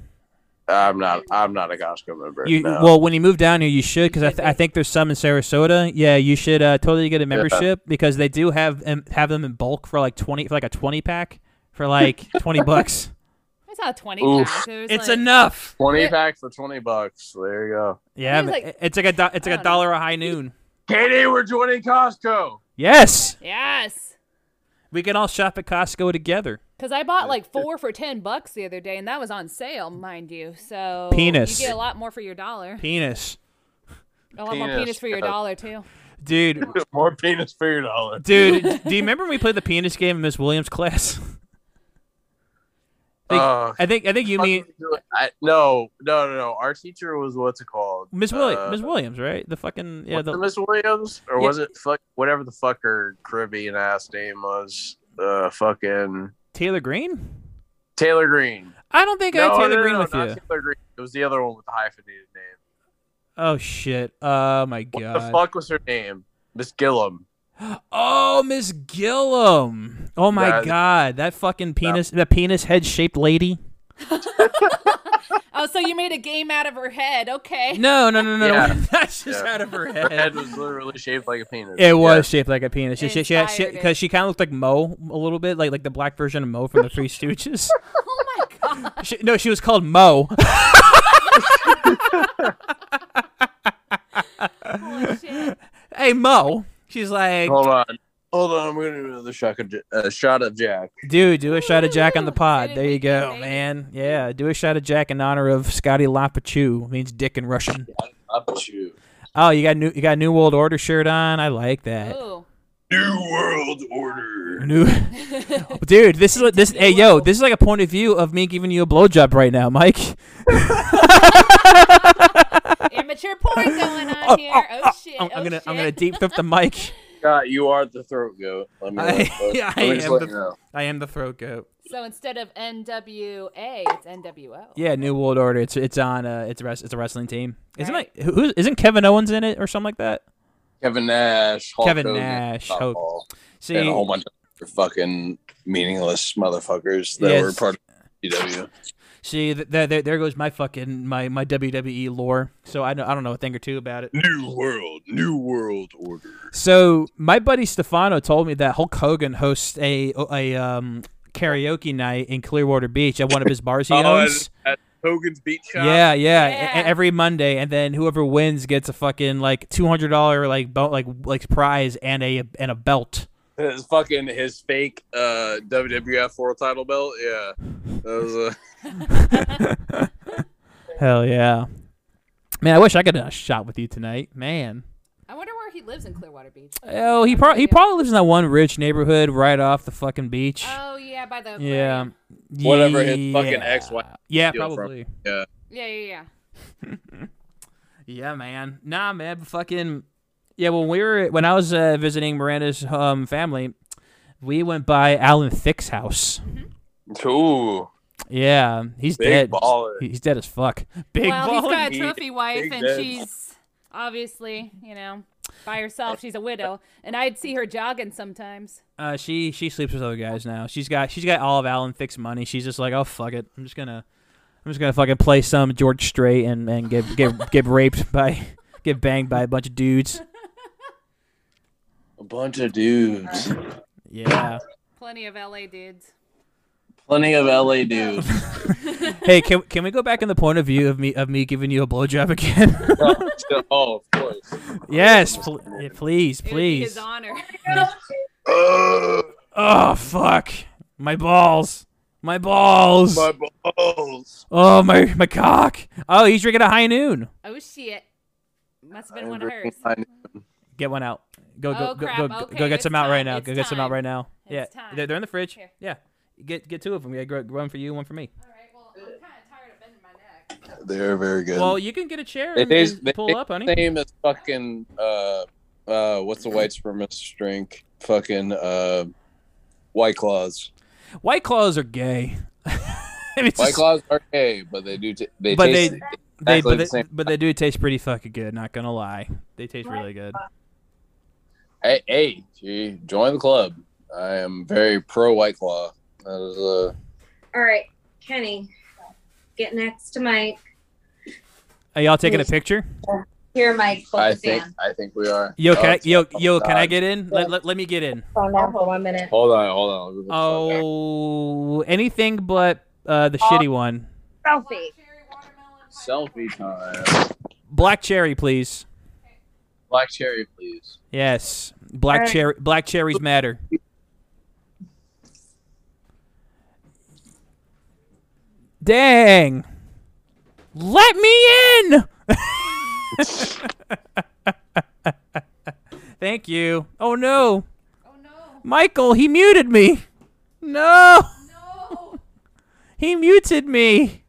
S4: I'm not. I'm not a Costco member.
S3: You
S4: no.
S3: well, when you move down here, you should because I,
S6: should
S3: th- I think there's some in Sarasota. Yeah, you should uh, totally get a membership because they do have um, have them in bulk for like 20 for like a 20 pack for like 20 bucks.
S6: I saw 20
S4: Oof.
S6: times. It was
S3: It's
S6: like,
S3: enough.
S4: twenty
S6: Yeah.
S4: pack for twenty bucks. There you go.
S3: Yeah,
S6: It was
S3: but
S6: like-
S3: it- it's like a do- it's
S6: I
S3: like a
S6: don't know.
S3: dollar a high noon.
S4: Katie, we're joining Costco.
S3: Yes,
S6: Yes.
S3: we can all shop at Costco together.
S6: Because I bought like four for 10 bucks the other day, and that was on sale, mind you. So
S3: Penis.
S6: You get a lot more for your dollar.
S3: Penis,
S6: A lot more
S4: Penis,
S6: penis for your
S4: yeah.
S6: dollar, too.
S3: dude.
S4: More penis for your dollar.
S3: Dude, do you remember when we played the penis game in Miss Williams' class? I think,
S4: Ugh.
S3: I think I think you mean
S4: I, no, no, no, no. Our teacher was what's it called?
S3: Miss Williams,
S4: Uh,
S3: Miss Williams, right? The fucking yeah,
S4: was it
S3: the,
S4: Miss Williams, or
S3: Yeah.
S4: was it fuck whatever the fuck her Caribbean ass name was? Uh, fucking
S3: Taylor Green.
S4: Taylor Green.
S3: I don't think I had
S4: no,
S3: Taylor
S4: no, no,
S3: Green
S4: no,
S3: with
S4: not
S3: you.
S4: Taylor Green. It was the other one with the hyphenated name.
S3: Oh shit! Oh my
S4: What
S3: god!
S4: the fuck was her name? Miss Gillum.
S3: Oh, Miss Gillum! Oh my
S4: Yeah, I-
S3: god! That fucking penis, that penis head shaped lady.
S6: Oh, so you made a game out of her head. Okay.
S3: No, no, no, no, no.
S4: Yeah.
S3: That's just
S4: Yeah.
S3: out of her
S4: Her head
S3: head.
S4: was literally shaped like a penis.
S3: Eh. It was shaped like a penis. She,
S6: It
S3: she, she, had- she,
S6: inspired it.
S3: because she kind of looked like Mo a little bit, like like the black version of Mo from the Three Stooges.
S6: Oh my God.
S3: She, no, she was called Mo.
S6: Holy shit.
S3: hey, Mo. She's like,
S4: Yeah. Hold on. Hold on, I'm gonna do another shot of, uh, shot of Jack.
S3: dude, do a shot of Jack on the
S6: Ooh,
S3: pod.
S6: didn't
S3: There you
S6: make it,
S3: go,
S6: made it.
S3: man. Yeah, do a shot of Jack in honor of Scotty Lapachu. Means dick in Russian.
S4: Up at you.
S3: Oh, you got new, you got new World Order shirt on. I like that.
S6: Ooh.
S4: New World
S6: Oh.
S4: Order.
S3: New, dude, this is what this. Hey, yo, this is like a point of view of me giving you a blowjob right now, Mike.
S6: Immature porn going on here. Oh, shit.
S3: I'm,
S6: oh,
S3: I'm gonna,
S6: shit.
S3: I'm gonna deep thump the mic.
S4: God, you are the throat goat. Let me.
S3: I-
S4: let,
S3: yeah,
S4: let
S3: I
S4: me just
S3: am
S4: let
S3: the-
S4: you know.
S3: I am the throat goat.
S6: So instead of NWA, it's NWO.
S3: Yeah, New World Order. It's it's on. Uh, it's a res- it's a wrestling team. Isn't
S6: Right.
S3: like who isn't Kevin Owens in it or something like that?
S4: Kevin Nash. Hulk
S3: Kevin
S4: Hogan,
S3: Nash,
S4: Scott
S3: Hulk-
S4: Hall,
S3: See,
S4: and a whole bunch of other fucking meaningless motherfuckers that
S3: Yes.
S4: were part of CW.
S3: See, th- th- there, there goes my fucking my, my WWE lore. So I know I don't know a thing or two about it.
S4: New World, New World Order.
S3: So my buddy Stefano told me that Hulk Hogan hosts a a um, karaoke night in Clearwater Beach at one of his bars he
S4: Oh,
S3: owns.
S4: at, at Hogan's Beach Shop.
S3: Yeah, yeah,
S6: Yeah.
S3: e- every Monday, and then whoever wins gets a fucking like two hundred dollar like bo- like like prize and a and a belt.
S4: His fucking his fake uh, WWF world title belt. Yeah, that was uh, a.
S3: Hell yeah, man! I wish I could have done a shot with you tonight, man.
S6: I wonder where he lives in Clearwater Beach.
S3: Oh, he probably he probably lives in that one rich neighborhood right off the fucking beach.
S6: Oh yeah, by the
S3: yeah,
S6: aquarium.
S4: Whatever his fucking
S3: Yeah.
S4: ex-wife
S3: Yeah,
S4: steal from.
S3: probably.
S6: Yeah, yeah, yeah.
S3: Yeah, man. Nah, man. but Fucking. Yeah, when we were when I was uh, visiting Miranda's um, family, we went by Alan Thick's house.
S4: Ooh,
S3: Yeah, he's
S4: Big
S3: dead.
S4: baller.
S3: He- He's dead as fuck. Big
S6: well,
S3: baller.
S6: he's got a
S4: He-
S6: trophy wife,
S4: big
S6: and
S4: dead.
S6: she's obviously, you know, by herself. She's a widow, and I'd see her jogging sometimes.
S3: Uh, she she sleeps with other guys now. She's got she's got all of Alan Thick's money. She's just like, oh fuck it, I'm just gonna I'm just gonna fucking play some George Strait and and get get get raped by get banged by a bunch of dudes.
S4: a bunch of dudes.
S3: Yeah.
S6: Plenty of LA dudes.
S4: Plenty of LA dudes.
S3: Hey, can can we go back in the point of view of me of me giving you a blowjob again?
S4: oh, of course.
S3: yes, pl- yeah, please,
S6: It would be his
S3: please.
S6: honor.
S3: Oh fuck, my balls, my balls.
S4: my balls.
S3: Oh my my cock. Oh, he's drinking a high noon.
S6: oh shit! Must have
S4: I
S6: been one of
S4: agree.
S6: hers.
S4: I know.
S3: Get one out. Go go
S6: Oh,
S3: go
S6: crap.
S3: go, go-
S6: Okay,
S3: go get
S6: it's
S3: some out right
S6: time.
S3: now.
S6: It's
S3: go get some out
S6: time.
S3: right now. yeah,
S6: It's time.
S3: They're, they're in the fridge.
S6: Here.
S3: Yeah, get get two of them. Yeah, gr- one for you, one for me.
S6: All right. Well, I'm kind of tired of bending my neck.
S4: They're very good.
S3: Well, you can get a chair
S4: they
S3: and,
S4: taste,
S3: and
S4: they
S3: pull
S4: taste
S3: up,
S4: the
S3: honey.
S4: same as fucking uh uh what's the white supremacist drink? Fucking uh white claws.
S3: White claws are gay. I mean, it's
S4: White
S3: just-
S4: Claws are gay, but they do. T- they
S3: But
S4: taste
S3: they- they,
S4: exactly
S3: but,
S4: the
S3: they,
S4: same.
S3: but they do taste pretty fucking good. Not gonna lie, they taste really good.
S4: Hey, hey, gee, join the club. I am very pro White Claw. That is uh,
S7: All right, Kenny, get next to Mike.
S3: Are y'all taking a picture?
S7: Here, Mike, hold
S4: I
S7: the
S4: think.
S7: fan.
S4: I think we are.
S3: Yo, can
S4: Oh,
S3: I, yo,
S4: oh,
S3: yo, can I
S4: God.
S3: get in? Let, let, let me get in.
S7: Oh no, hold one minute.
S4: Hold on, hold on. Let me put the phone down.
S3: Oh, anything but uh, the shitty one.
S7: Selfie.
S3: Oh.
S4: Selfie time.
S3: Black cherry, please.
S4: Black cherry, please.
S3: Yes, black
S7: Alright.
S3: cherry. Black cherries matter. Dang! Let me in. Thank you. Oh no,
S6: Oh no!
S3: Michael, he muted me. No,
S6: No!
S3: he muted me.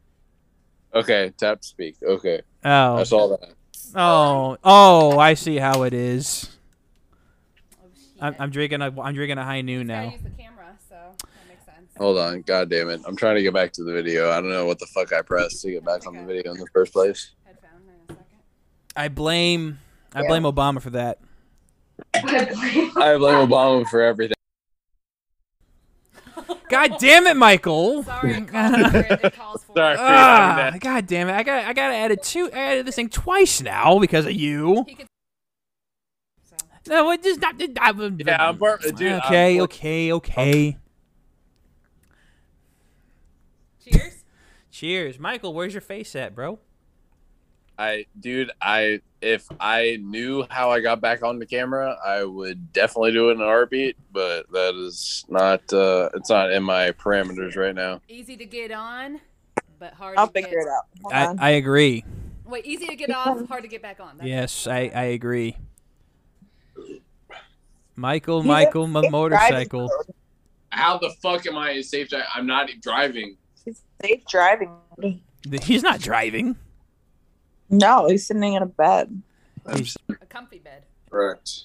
S4: Okay, tap speak. Okay,
S3: Oh,
S4: that's all that.
S3: oh, oh! I see how it is.
S6: Oh, shit.
S3: I'm, I'm drinking a I'm drinking a high noon
S6: Gotta
S3: now.
S6: use the camera, so that makes sense.
S4: Hold on. God damn it. I'm trying to get back to the video. I don't know what the fuck I pressed to get back on the video in the first place.
S6: Headphone in a second.
S3: I blame I
S7: Yeah.
S3: blame Obama for that.
S4: I blame Obama for everything.
S3: God damn it, Michael!
S6: Sorry, it calls for it. It calls for
S4: Sorry.
S6: it.
S3: Ah, God damn it! I got I got to edit two. I added this thing twice now because of you.
S6: He could. So.
S3: No, it just not. I, I-
S4: Yeah, I'm per- dude, I'm
S3: okay,
S4: per-
S3: okay, okay.
S6: Cheers.
S3: Cheers, Michael. Where's your face at, bro?
S4: I, dude, I, if I knew how I got back on the camera, I would definitely do it in a heartbeat, but that is not, uh, it's not in my parameters right now.
S6: Easy to get on, but hard
S5: I'll
S6: to get.
S5: figure it out. Hold
S3: I,
S5: on.
S3: I agree.
S6: Wait, easy to get off, hard to get back on. That's
S3: Yes, I I agree. Michael,
S5: He's a-
S3: Michael, my
S5: it's driving
S3: motorcycle.
S5: mode.
S4: How the fuck am I in safe? dri- I'm not driving.
S5: He's safe driving.
S3: He's not driving.
S5: No, he's sitting in a bed.
S3: He's,
S6: a comfy bed.
S4: Correct.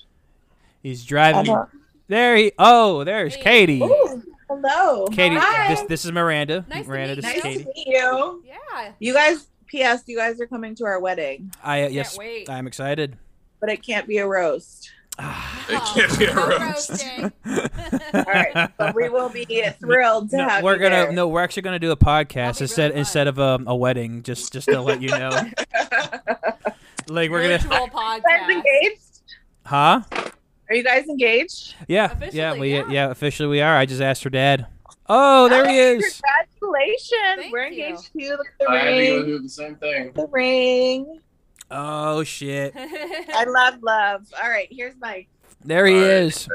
S3: he's
S5: I
S3: driving.
S5: don't-
S3: There he. Oh, there's
S6: Hey.
S3: Katie.
S5: Ooh, hello.
S3: Katie,
S5: Hi.
S3: this this is Miranda.
S6: Nice to
S3: Miranda,
S6: meet
S3: this is
S5: nice
S6: you.
S5: to
S3: Katie.
S5: meet you.
S6: Yeah.
S5: You guys, P.S. You guys are coming to our wedding,
S3: I uh, yes,
S6: wait.
S3: I'm excited.
S5: but it can't be a roast.
S3: Ah.
S4: It can't be a
S6: No
S4: roast.
S6: Oh, roasting.
S5: All right, but we will be thrilled to
S3: No,
S5: have
S3: we're
S5: you
S3: gonna
S5: there.
S3: no, we're actually gonna do a
S6: That'll
S3: podcast
S6: be
S3: instead
S6: really fun.
S3: instead of um, a wedding. Just just to let you know, like we're gonna,
S6: Virtual
S5: You guys
S6: podcast.
S5: engaged?
S3: huh?
S5: Are you guys engaged?
S3: Yeah, yeah,
S6: Officially,
S3: we
S6: yeah.
S3: yeah, officially we are. I just asked her dad. Oh, there he is.
S5: Congratulations.
S6: Thank
S5: we're
S6: you.
S5: engaged too. Look at the
S4: I had to go
S5: ring.
S4: do the same thing.
S5: The ring.
S3: Oh shit,
S5: I love love. All right, here's Mike.
S3: there he
S4: All right.
S3: is.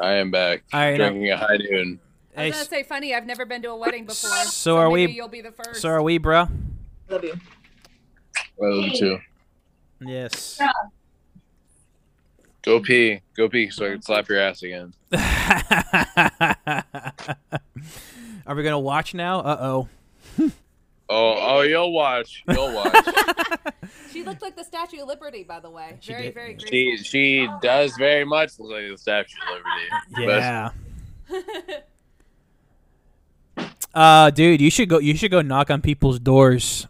S4: I am back.
S3: All right, now,
S4: drinking a high noon.
S6: I
S3: hey,
S6: was gonna say funny. I've never been to a wedding before.
S3: So are we-
S6: maybe You'll be the first.
S3: so are we, bro?
S5: Love you.
S4: Well, two.
S3: Yes.
S4: Go pee. Go pee so I can slap your ass again.
S3: are we gonna watch now? Uh oh.
S4: Oh, oh, you'll watch. You'll watch.
S6: She looked like the Statue of Liberty, by the way.
S3: She
S6: very,
S3: did.
S6: very grateful.
S4: she she does very much look like the Statue of Liberty.
S3: Yeah. Uh, dude, you should go. You should go knock on people's doors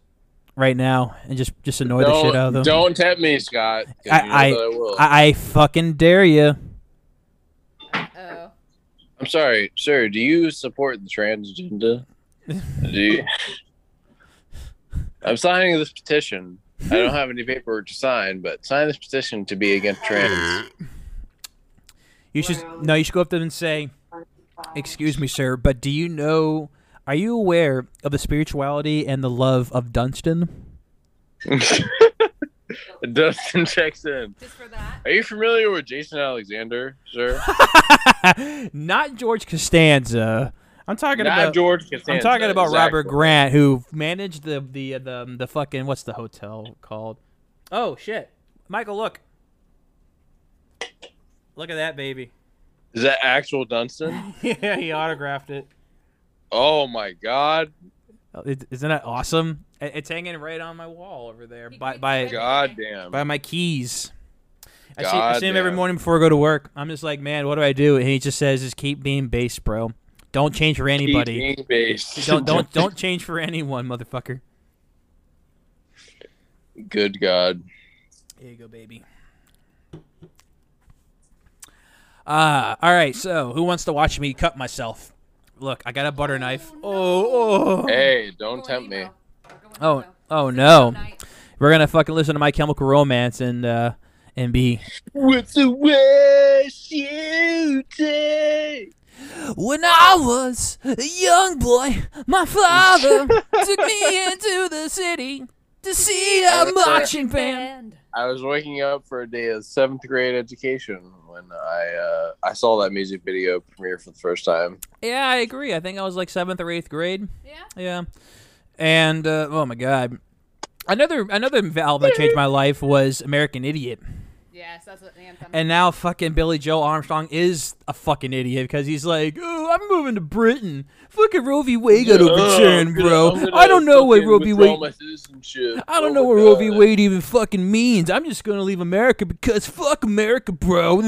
S3: right now and just just annoy
S4: But
S3: the shit out of
S4: don't,
S3: them.
S4: don't tempt me, Scott. 'cause
S3: I-
S4: you know
S3: I-
S4: that I will.
S3: I, I fucking dare you.
S6: oh.
S4: I'm sorry, sir. Do you support the trans agenda? Do you? I'm signing this petition. I don't have any paperwork to sign, but sign this petition to be against trans.
S3: You should no. You should go up to them and say, "Excuse me, sir, but do you know? Are you aware of the spirituality and the love of Dunstan?"
S4: Dustin checks in.
S6: Just for that.
S4: Are you familiar with Jason Alexander, sir?
S3: Not George Costanza. I'm talking
S4: Not
S3: about.
S4: George
S3: I'm
S4: Costanza,
S3: talking about Robert
S4: exactly.
S3: Grant, who managed the the um, the the fucking what's the hotel called? Oh shit, Michael, look, look at that baby.
S4: Is that actual Dunstan?
S3: yeah, he autographed it.
S4: Oh my God!
S3: Oh, Isn't that awesome? It- It's hanging right on my wall over there
S6: He
S3: by
S6: keeps
S3: by
S6: it.
S4: God damn!
S3: by my keys. I see, I see him every
S4: Goddamn.
S3: morning before I go to work. I'm just like, man, what do I do? And he just says, just keep being base, bro. Don't change for anybody.
S4: Keep being based.
S3: Don't don't don't change for anyone, motherfucker.
S4: Good God.
S3: Here you go, baby. Ah, all right. So, who wants to watch me cut myself? Look, I got a butter knife. Oh, oh,
S4: Hey, don't tempt me.
S3: oh, oh no! We're gonna fucking listen to My Chemical Romance and uh and be
S4: What's the worst you take?
S3: When I was a young boy, my father took me into the city to see a marching band.
S4: I was waking up for a day of seventh grade education when I uh, I saw that music video premiere for the first time.
S3: Yeah, I agree. I think I was like seventh or eighth grade.
S6: Yeah.
S3: Yeah, and uh, oh my god, another another album that changed my life was American Idiot,
S6: Yes, that's what the anthem.
S3: and now fucking Billy Joe Armstrong is a fucking idiot because he's like, oh, I'm moving to Britain. Fucking Roe v. Wade got
S4: Yeah, I'm
S3: overturned,
S4: gonna-
S3: bro.
S4: Oh, I'm gonna
S3: I don't know what
S4: fucking
S3: Roe v.
S4: withdraw
S3: Wade.
S4: my citizenship.
S3: I don't
S4: Oh
S3: know
S4: my
S3: what Roe v.
S4: God.
S3: Wade even fucking means. I'm just gonna leave America because fuck America, bro. Ugh.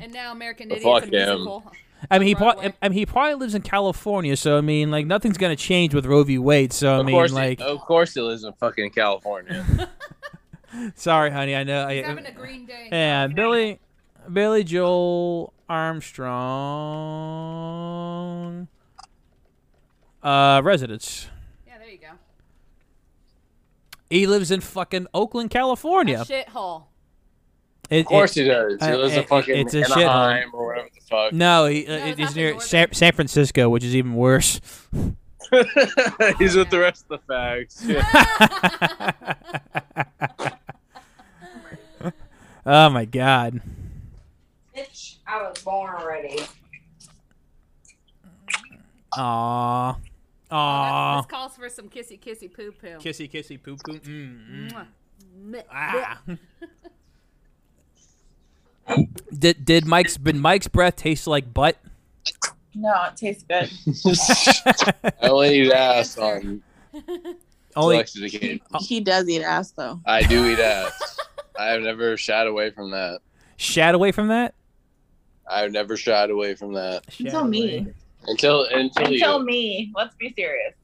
S6: and now American
S4: Fuck
S6: Idiot's a
S4: him.
S6: musical.
S3: I mean, he probably,
S6: Broadway.
S3: I mean, he probably lives in California, so I mean, like nothing's gonna change with Roe v. Wade. So I
S4: Of
S3: mean,
S4: course,
S3: like,
S4: he, of course, he lives in fucking California.
S3: sorry, honey, I uh, know.
S6: He's having
S3: I,
S6: a green day.
S3: yeah, Billy, Billy Joel Armstrong, uh, residence.
S6: Yeah, there you go.
S3: He lives in fucking Oakland, California.
S6: A shithole.
S3: It-
S4: Of course,
S3: it-
S4: he does. He
S3: I-
S4: lives in
S3: it-
S4: fucking
S3: it's a shithole.
S4: Anaheim or whatever the fuck.
S3: No, he, uh,
S6: No,
S3: it-
S6: not
S3: he's
S6: the
S3: near
S6: northern.
S3: San, San Francisco, which is even worse.
S4: He's with the rest of the facts. Yeah.
S3: oh my god.
S8: Bitch, I was born already.
S3: Aww.
S6: That-
S3: Aww.
S6: This calls for some kissy kissy poo poo.
S3: Kissy, kissy, poo, poo. Mm, mm.
S6: Mwah. Mwah.
S3: Ah. did did Mike's did Mike's breath taste like butt?
S5: No, it tastes good.
S4: I only eat ass on
S3: Only
S4: Selected Again.
S3: Oh.
S5: He does eat ass though.
S4: I do eat ass. I have never shied away from that.
S3: shat away from that.
S4: I've never shied away from that
S3: Shat
S5: so mean.
S3: away.
S4: until until,
S5: Until
S4: you.
S5: me. Let's be serious.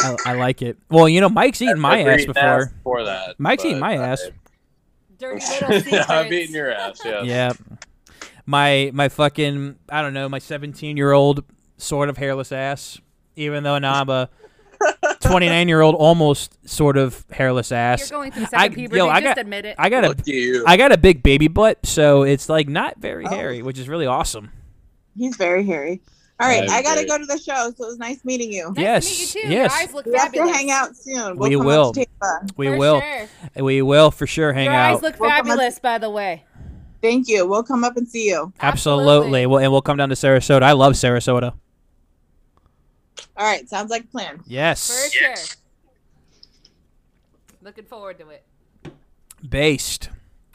S3: I, I like it. Well, you know, Mike's eaten my
S4: I've
S3: ass
S4: eaten
S3: before.
S4: before that.
S3: Mike's
S4: but
S3: eaten my
S4: I-
S3: ass.
S6: Dirty little secrets.
S4: I've eaten your ass. Yeah.
S3: Yeah. My my fucking I don't know, my 17-year-old sort of hairless ass, even though now I'm a 29-year-old almost sort of hairless
S6: You're
S3: ass.
S6: going through
S3: I-
S6: second puberty.
S3: yo, I
S6: just
S3: got-
S6: admit it.
S3: I got a
S4: Look at you.
S3: I got a big baby butt, so it's like not very hairy, which is really awesome.
S5: He's very hairy. All right,
S4: I'm
S5: I gotta
S4: very-
S5: go to the show. So it was nice meeting you.
S6: nice
S3: yes,
S6: To meet you too.
S3: yes.
S6: Your eyes look
S5: We have to
S6: fabulous.
S5: hang out soon.
S3: We
S5: come up
S3: will.
S5: to Tampa.
S3: We
S6: For
S3: will
S6: Sure.
S3: we will for sure hang
S6: your
S3: out.
S6: eyes look
S5: We'll come up-
S6: fabulous, by the way.
S5: Thank you. We'll come up and see you.
S3: absolutely.
S6: Absolutely.
S3: We'll, and we'll come down to Sarasota. I love Sarasota.
S5: All right, sounds like a plan.
S6: For
S3: Yes.
S6: sure. Looking forward to it.
S3: Based.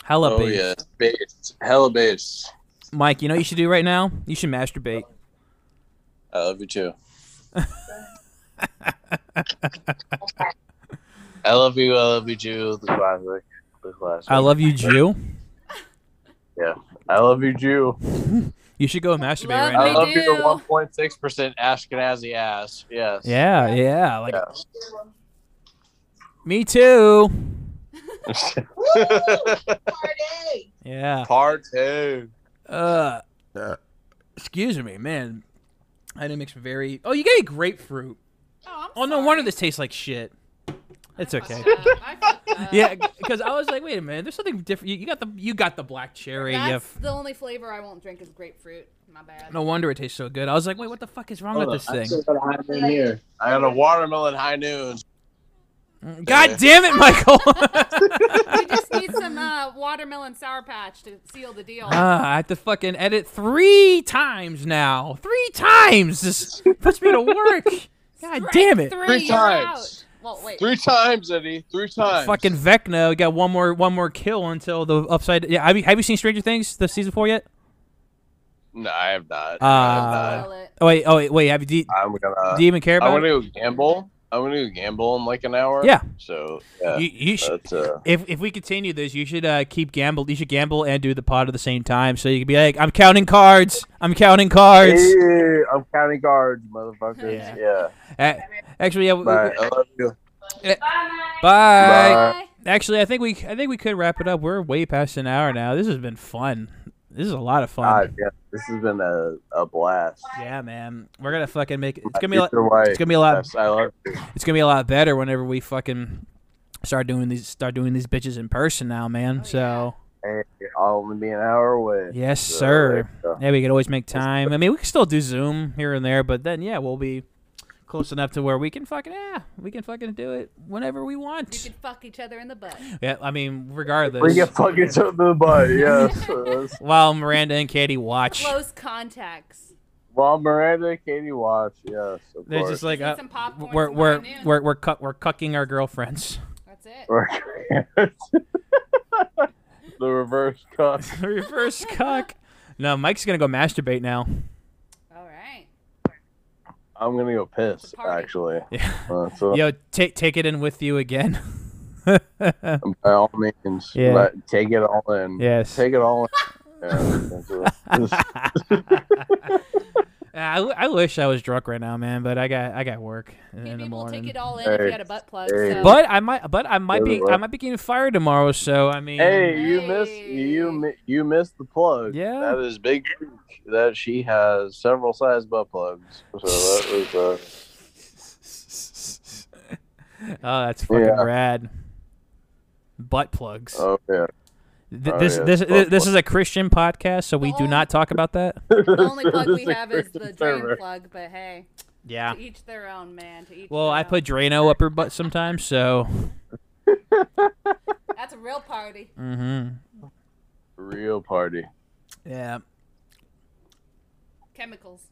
S3: Hella
S4: Oh
S3: based.
S4: yeah, based. Hella based.
S3: Mike, you know what you should do right now? You should masturbate.
S4: I love you too. I love you. I love you, Jew. The classic. The classic.
S3: I love you, Jew.
S4: I love you, Jew.
S3: You should go masturbate
S6: Love
S3: right
S4: I
S6: me.
S3: now.
S4: love
S6: do.
S4: your 1.6 percent Ashkenazi ass. Yes.
S3: Yeah, yeah. Like
S4: Yes.
S3: me too.
S5: Party!
S3: Yeah.
S4: Part two.
S3: Uh, excuse me, man. I didn't mix very. Oh, you got a grapefruit.
S6: Oh, I'm
S3: Oh no
S6: sorry.
S3: wonder this tastes like shit. It's okay.
S6: Fucked up. Uh, I fucked up.
S3: Yeah, because I was like, wait a minute, there's something different. You, you got the you got the black cherry.
S6: That's
S3: You f-
S6: the only flavor I won't drink is grapefruit. My bad.
S3: no wonder it tastes so good. I was like, wait, what the fuck is wrong with this thing?
S4: here. I got a watermelon high noon.
S3: Mm, God damn it, Michael!
S6: You just need some uh, watermelon sour patch to seal the deal.
S3: Ah, I have to fucking edit three times now. Three times. This puts me to work. God
S6: Strike
S3: damn it.
S6: Three,
S4: Three
S6: you're
S4: times.
S6: out. Well, wait.
S4: Three times, Eddie. Three times.
S3: Fucking Vecna we got one more one more kill until the upside. Yeah, have you, have you seen Stranger Things the season four yet?
S4: No, I have not.
S3: Uh,
S4: I have not.
S6: Sell it.
S3: Oh wait, oh wait, wait. Have you? Do,
S4: I'm gonna.
S3: do you even care
S4: Uh, I
S3: about?
S4: want
S3: it?
S4: to go gamble. I'm gonna gamble in like an hour.
S3: Yeah.
S4: So yeah,
S3: You, you should,
S4: that's uh,
S3: if if we continue this, you should uh, keep gamble. You should gamble and do the pod at the same time, so you can be like, "I'm counting cards. I'm counting cards."
S4: Hey, I'm counting guards, motherfuckers.
S3: Yeah.
S4: Yeah.
S3: Uh, actually, yeah. we- we-
S4: Bye. I love you.
S3: bye.
S4: Bye.
S3: Actually, I think we I think we could wrap it up. We're way past an hour now. This has been fun. This is a lot of fun.
S4: God, yeah, this has been a, a blast.
S3: Yeah, man. We're gonna fucking make it. It's gonna be a lot.
S4: Mr. White,
S3: It's gonna be a lot.
S4: yes, I love you.
S3: It's gonna be a lot better whenever we fucking start doing these start doing these bitches in person now, man. so
S4: Hey, I'll only be an hour away.
S3: yes,
S4: So,
S3: sir.
S4: there you go.
S3: Yeah, we could always make time. I mean, we can still do Zoom here and there, but then yeah, we'll be close enough to where we can fucking yeah, we can fucking do it whenever we
S6: You
S3: want.
S6: could fuck each other in the butt.
S3: Yeah, I mean, regardless.
S4: Bring your fucking to the butt, yes. Uh, yes.
S3: While Miranda and Katie watch,
S6: Close contacts.
S4: Well, Miranda, Katie, watch, yes. Of
S3: they're
S4: course.
S3: just like
S6: Eat
S3: uh,
S6: some popcorn
S3: we're
S6: tomorrow
S3: we're
S6: noon.
S3: we're we're, cu- we're cucking our girlfriends.
S6: That's it.
S4: the reverse cuck.
S3: Reverse cuck. No, Mike's gonna go masturbate now.
S6: All right.
S4: I'm gonna go piss,
S6: It's a party.
S4: actually.
S3: Yeah.
S4: Uh, so
S3: Yo, take take it in with you again.
S4: by all means,
S3: Yeah.
S4: let- take it all in.
S3: yes.
S4: Take it all in. Yeah, that's it.
S3: I, I wish I was drunk right now, man, but I got I got work in,
S6: Few
S3: the
S6: people
S3: morning.
S6: take it all in if you
S4: Hey,
S6: had a butt plug.
S4: hey.
S6: So.
S3: but I might but I might be I
S4: Everywhere.
S3: might be getting fired tomorrow, so I mean
S4: Hey, you missed you
S6: Hey.
S4: mi- you missed the plug.
S3: Yeah.
S4: that is big. freak, That she has several size butt plugs. So that was uh,
S3: Oh, that's fucking
S4: Yeah.
S3: rad. Butt plugs.
S4: oh yeah.
S3: Th-
S4: oh,
S3: this
S4: yeah,
S3: this
S4: butt
S3: this,
S4: plug.
S3: is a Christian podcast, so we do
S6: Oh.
S3: not talk about that.
S6: the only plug
S4: This
S6: we
S4: is a
S6: have is the
S4: Christian
S6: drain
S4: server.
S6: plug, but hey,
S3: Yeah.
S6: to each their own, man. To each
S3: Well,
S6: their
S3: I
S6: own.
S3: put Drano up her butt sometimes, so
S6: That's a real party.
S3: hmm
S4: Real party.
S3: yeah.
S6: Chemicals.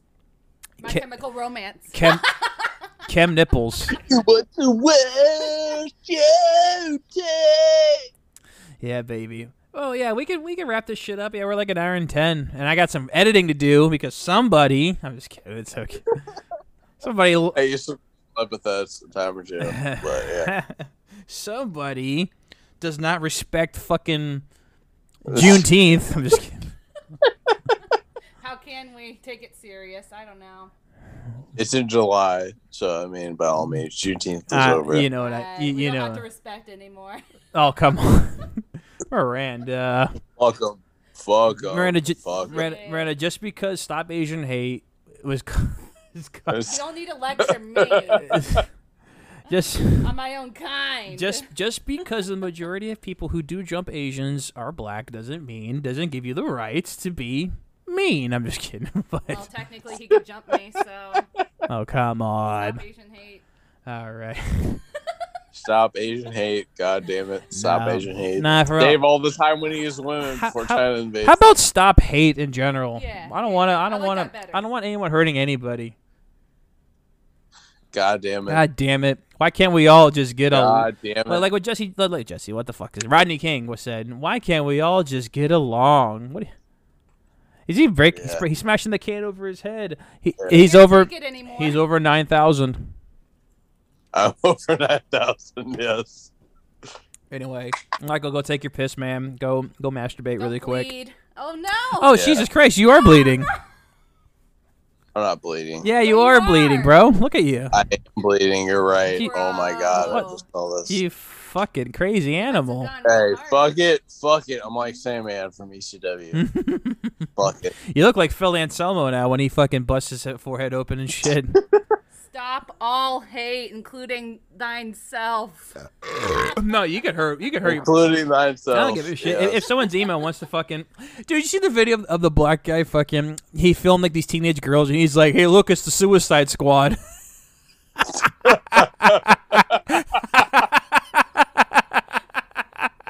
S6: My
S3: Che-
S6: chemical romance.
S3: Chem Chem nipples.
S4: What the world show take?
S3: Yeah, baby. Oh yeah, we could we could wrap this shit up. Yeah, we're like an hour and ten, and I got some editing to do because somebody. I'm just kidding. It's okay. somebody. l-
S4: I used to up with us at the time or two, but yeah.
S3: somebody does not respect fucking Juneteenth. I'm just kidding.
S6: How can we take it serious? I don't know.
S4: It's in July, so I mean, by all means, Juneteenth is
S3: Uh,
S4: over.
S3: you know what I?
S6: Uh,
S3: You,
S6: we
S3: you
S6: don't have to
S3: know.
S6: respect anymore.
S3: Oh come on, Miranda.
S4: Fuck 'em. Fuck 'em.
S3: Miranda, ju-
S4: Oh, Fuck 'em.
S3: Miranda, Miranda, just because Stop Asian Hate was, co- is co-
S6: You
S4: It's-
S6: don't need to lecture me.
S3: just
S6: I'm my own kind.
S3: just just because the majority of people who do jump Asians are black doesn't mean doesn't give you the rights to be mean. I'm just kidding,
S6: well,
S3: but
S6: technically he could jump me, so
S3: oh come
S6: stop
S3: on.
S6: Asian hate.
S3: All right,
S4: Stop Asian hate. God damn it. Stop
S3: No.
S4: Asian hate.
S3: nah for real.
S4: Save all the time when he used women
S3: How-
S4: before
S3: how-
S4: China invaded.
S3: How about stop hate in general?
S6: Yeah,
S3: I don't
S6: yeah,
S3: want to. I
S6: I
S3: don't
S6: like
S3: want
S6: that better.
S3: to. I don't want anyone hurting anybody.
S4: God damn it.
S3: God damn it! Why can't we all just get along?
S4: God damn it.
S3: Like, like what Jesse, like, like Jesse, what the fuck is Rodney King was said? Why can't we all just get along? What is he breaking?
S4: Yeah.
S3: He's smashing the can over his head. He, He's
S6: Can't
S3: over.
S6: take it anymore.
S3: He's over nine thousand.
S4: I'm over 9,000. Yes.
S3: Anyway, Michael, go take your piss, man. Go go masturbate
S6: Don't
S3: really quick.
S6: bleed. Oh no.
S3: Oh
S4: Yeah.
S3: Jesus Christ, you are bleeding.
S4: I'm not bleeding.
S3: Yeah, you
S6: you
S3: are bleeding,
S6: are.
S3: bro. Look at you.
S4: I am bleeding. You're right.
S6: You-
S4: oh my God.
S6: What?
S4: I just saw this.
S3: You fucking crazy animal.
S4: hey, fuck it. Fuck it. I'm like Sandman from
S3: Hmm?
S4: E ECW. fuck it.
S3: You look like Phil Anselmo now when he fucking busts his forehead open and shit.
S6: Stop all hate, including thine self.
S3: no, you could hurt. You could hurt. your-
S4: Including myself.
S3: I don't give a shit. If-
S4: Yes.
S3: If someone's email wants to fucking, dude, you see the video of, of the black guy fucking? He filmed like these teenage girls, and he's like, "Hey, look, it's the Suicide Squad."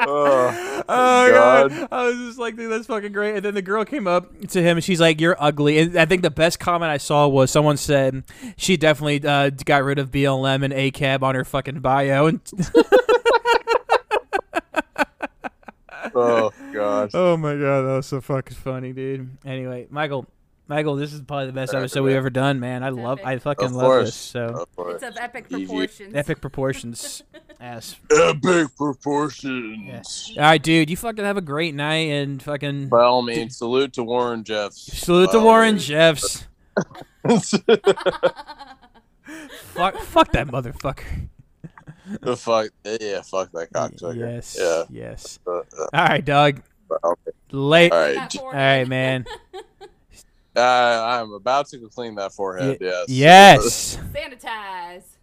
S4: Ugh.
S3: Oh god.
S4: God.
S3: I was just like, dude, that's fucking great. And then the girl came up to him and she's like, "You're ugly." And I think the best comment I saw was someone said she definitely uh, got rid of BLM and ACAB on her fucking bio. And
S4: oh, God.
S3: oh my god, that was so fucking funny, dude. Anyway, Michael, Michael, this is probably the best
S9: Perfect.
S3: episode we've ever done, man. I love, I fucking
S4: Of
S3: love
S4: course.
S3: this. So
S9: Of course.
S6: It's of epic
S9: Easy.
S6: proportions.
S3: epic proportions. Ass.
S4: Epic proportions.
S3: All right, dude. You fucking have a great night and fucking
S4: By all means, salute to Warren Jeffs.
S3: salute
S4: By
S3: to
S4: all
S3: Warren
S4: means.
S3: Jeffs. Fuck, fuck that motherfucker.
S4: The fuck, yeah, fuck that cocksucker.
S3: Yes.
S4: Yeah.
S3: Yes.
S4: Uh, uh,
S3: All right, dog.
S4: by all means.
S3: Late.
S4: All
S3: All
S4: right.
S6: Not
S4: j-
S6: for
S3: right,
S6: it.
S3: man.
S4: Uh, I'm about to clean that forehead. yes.
S3: Yes.
S6: Sanitize.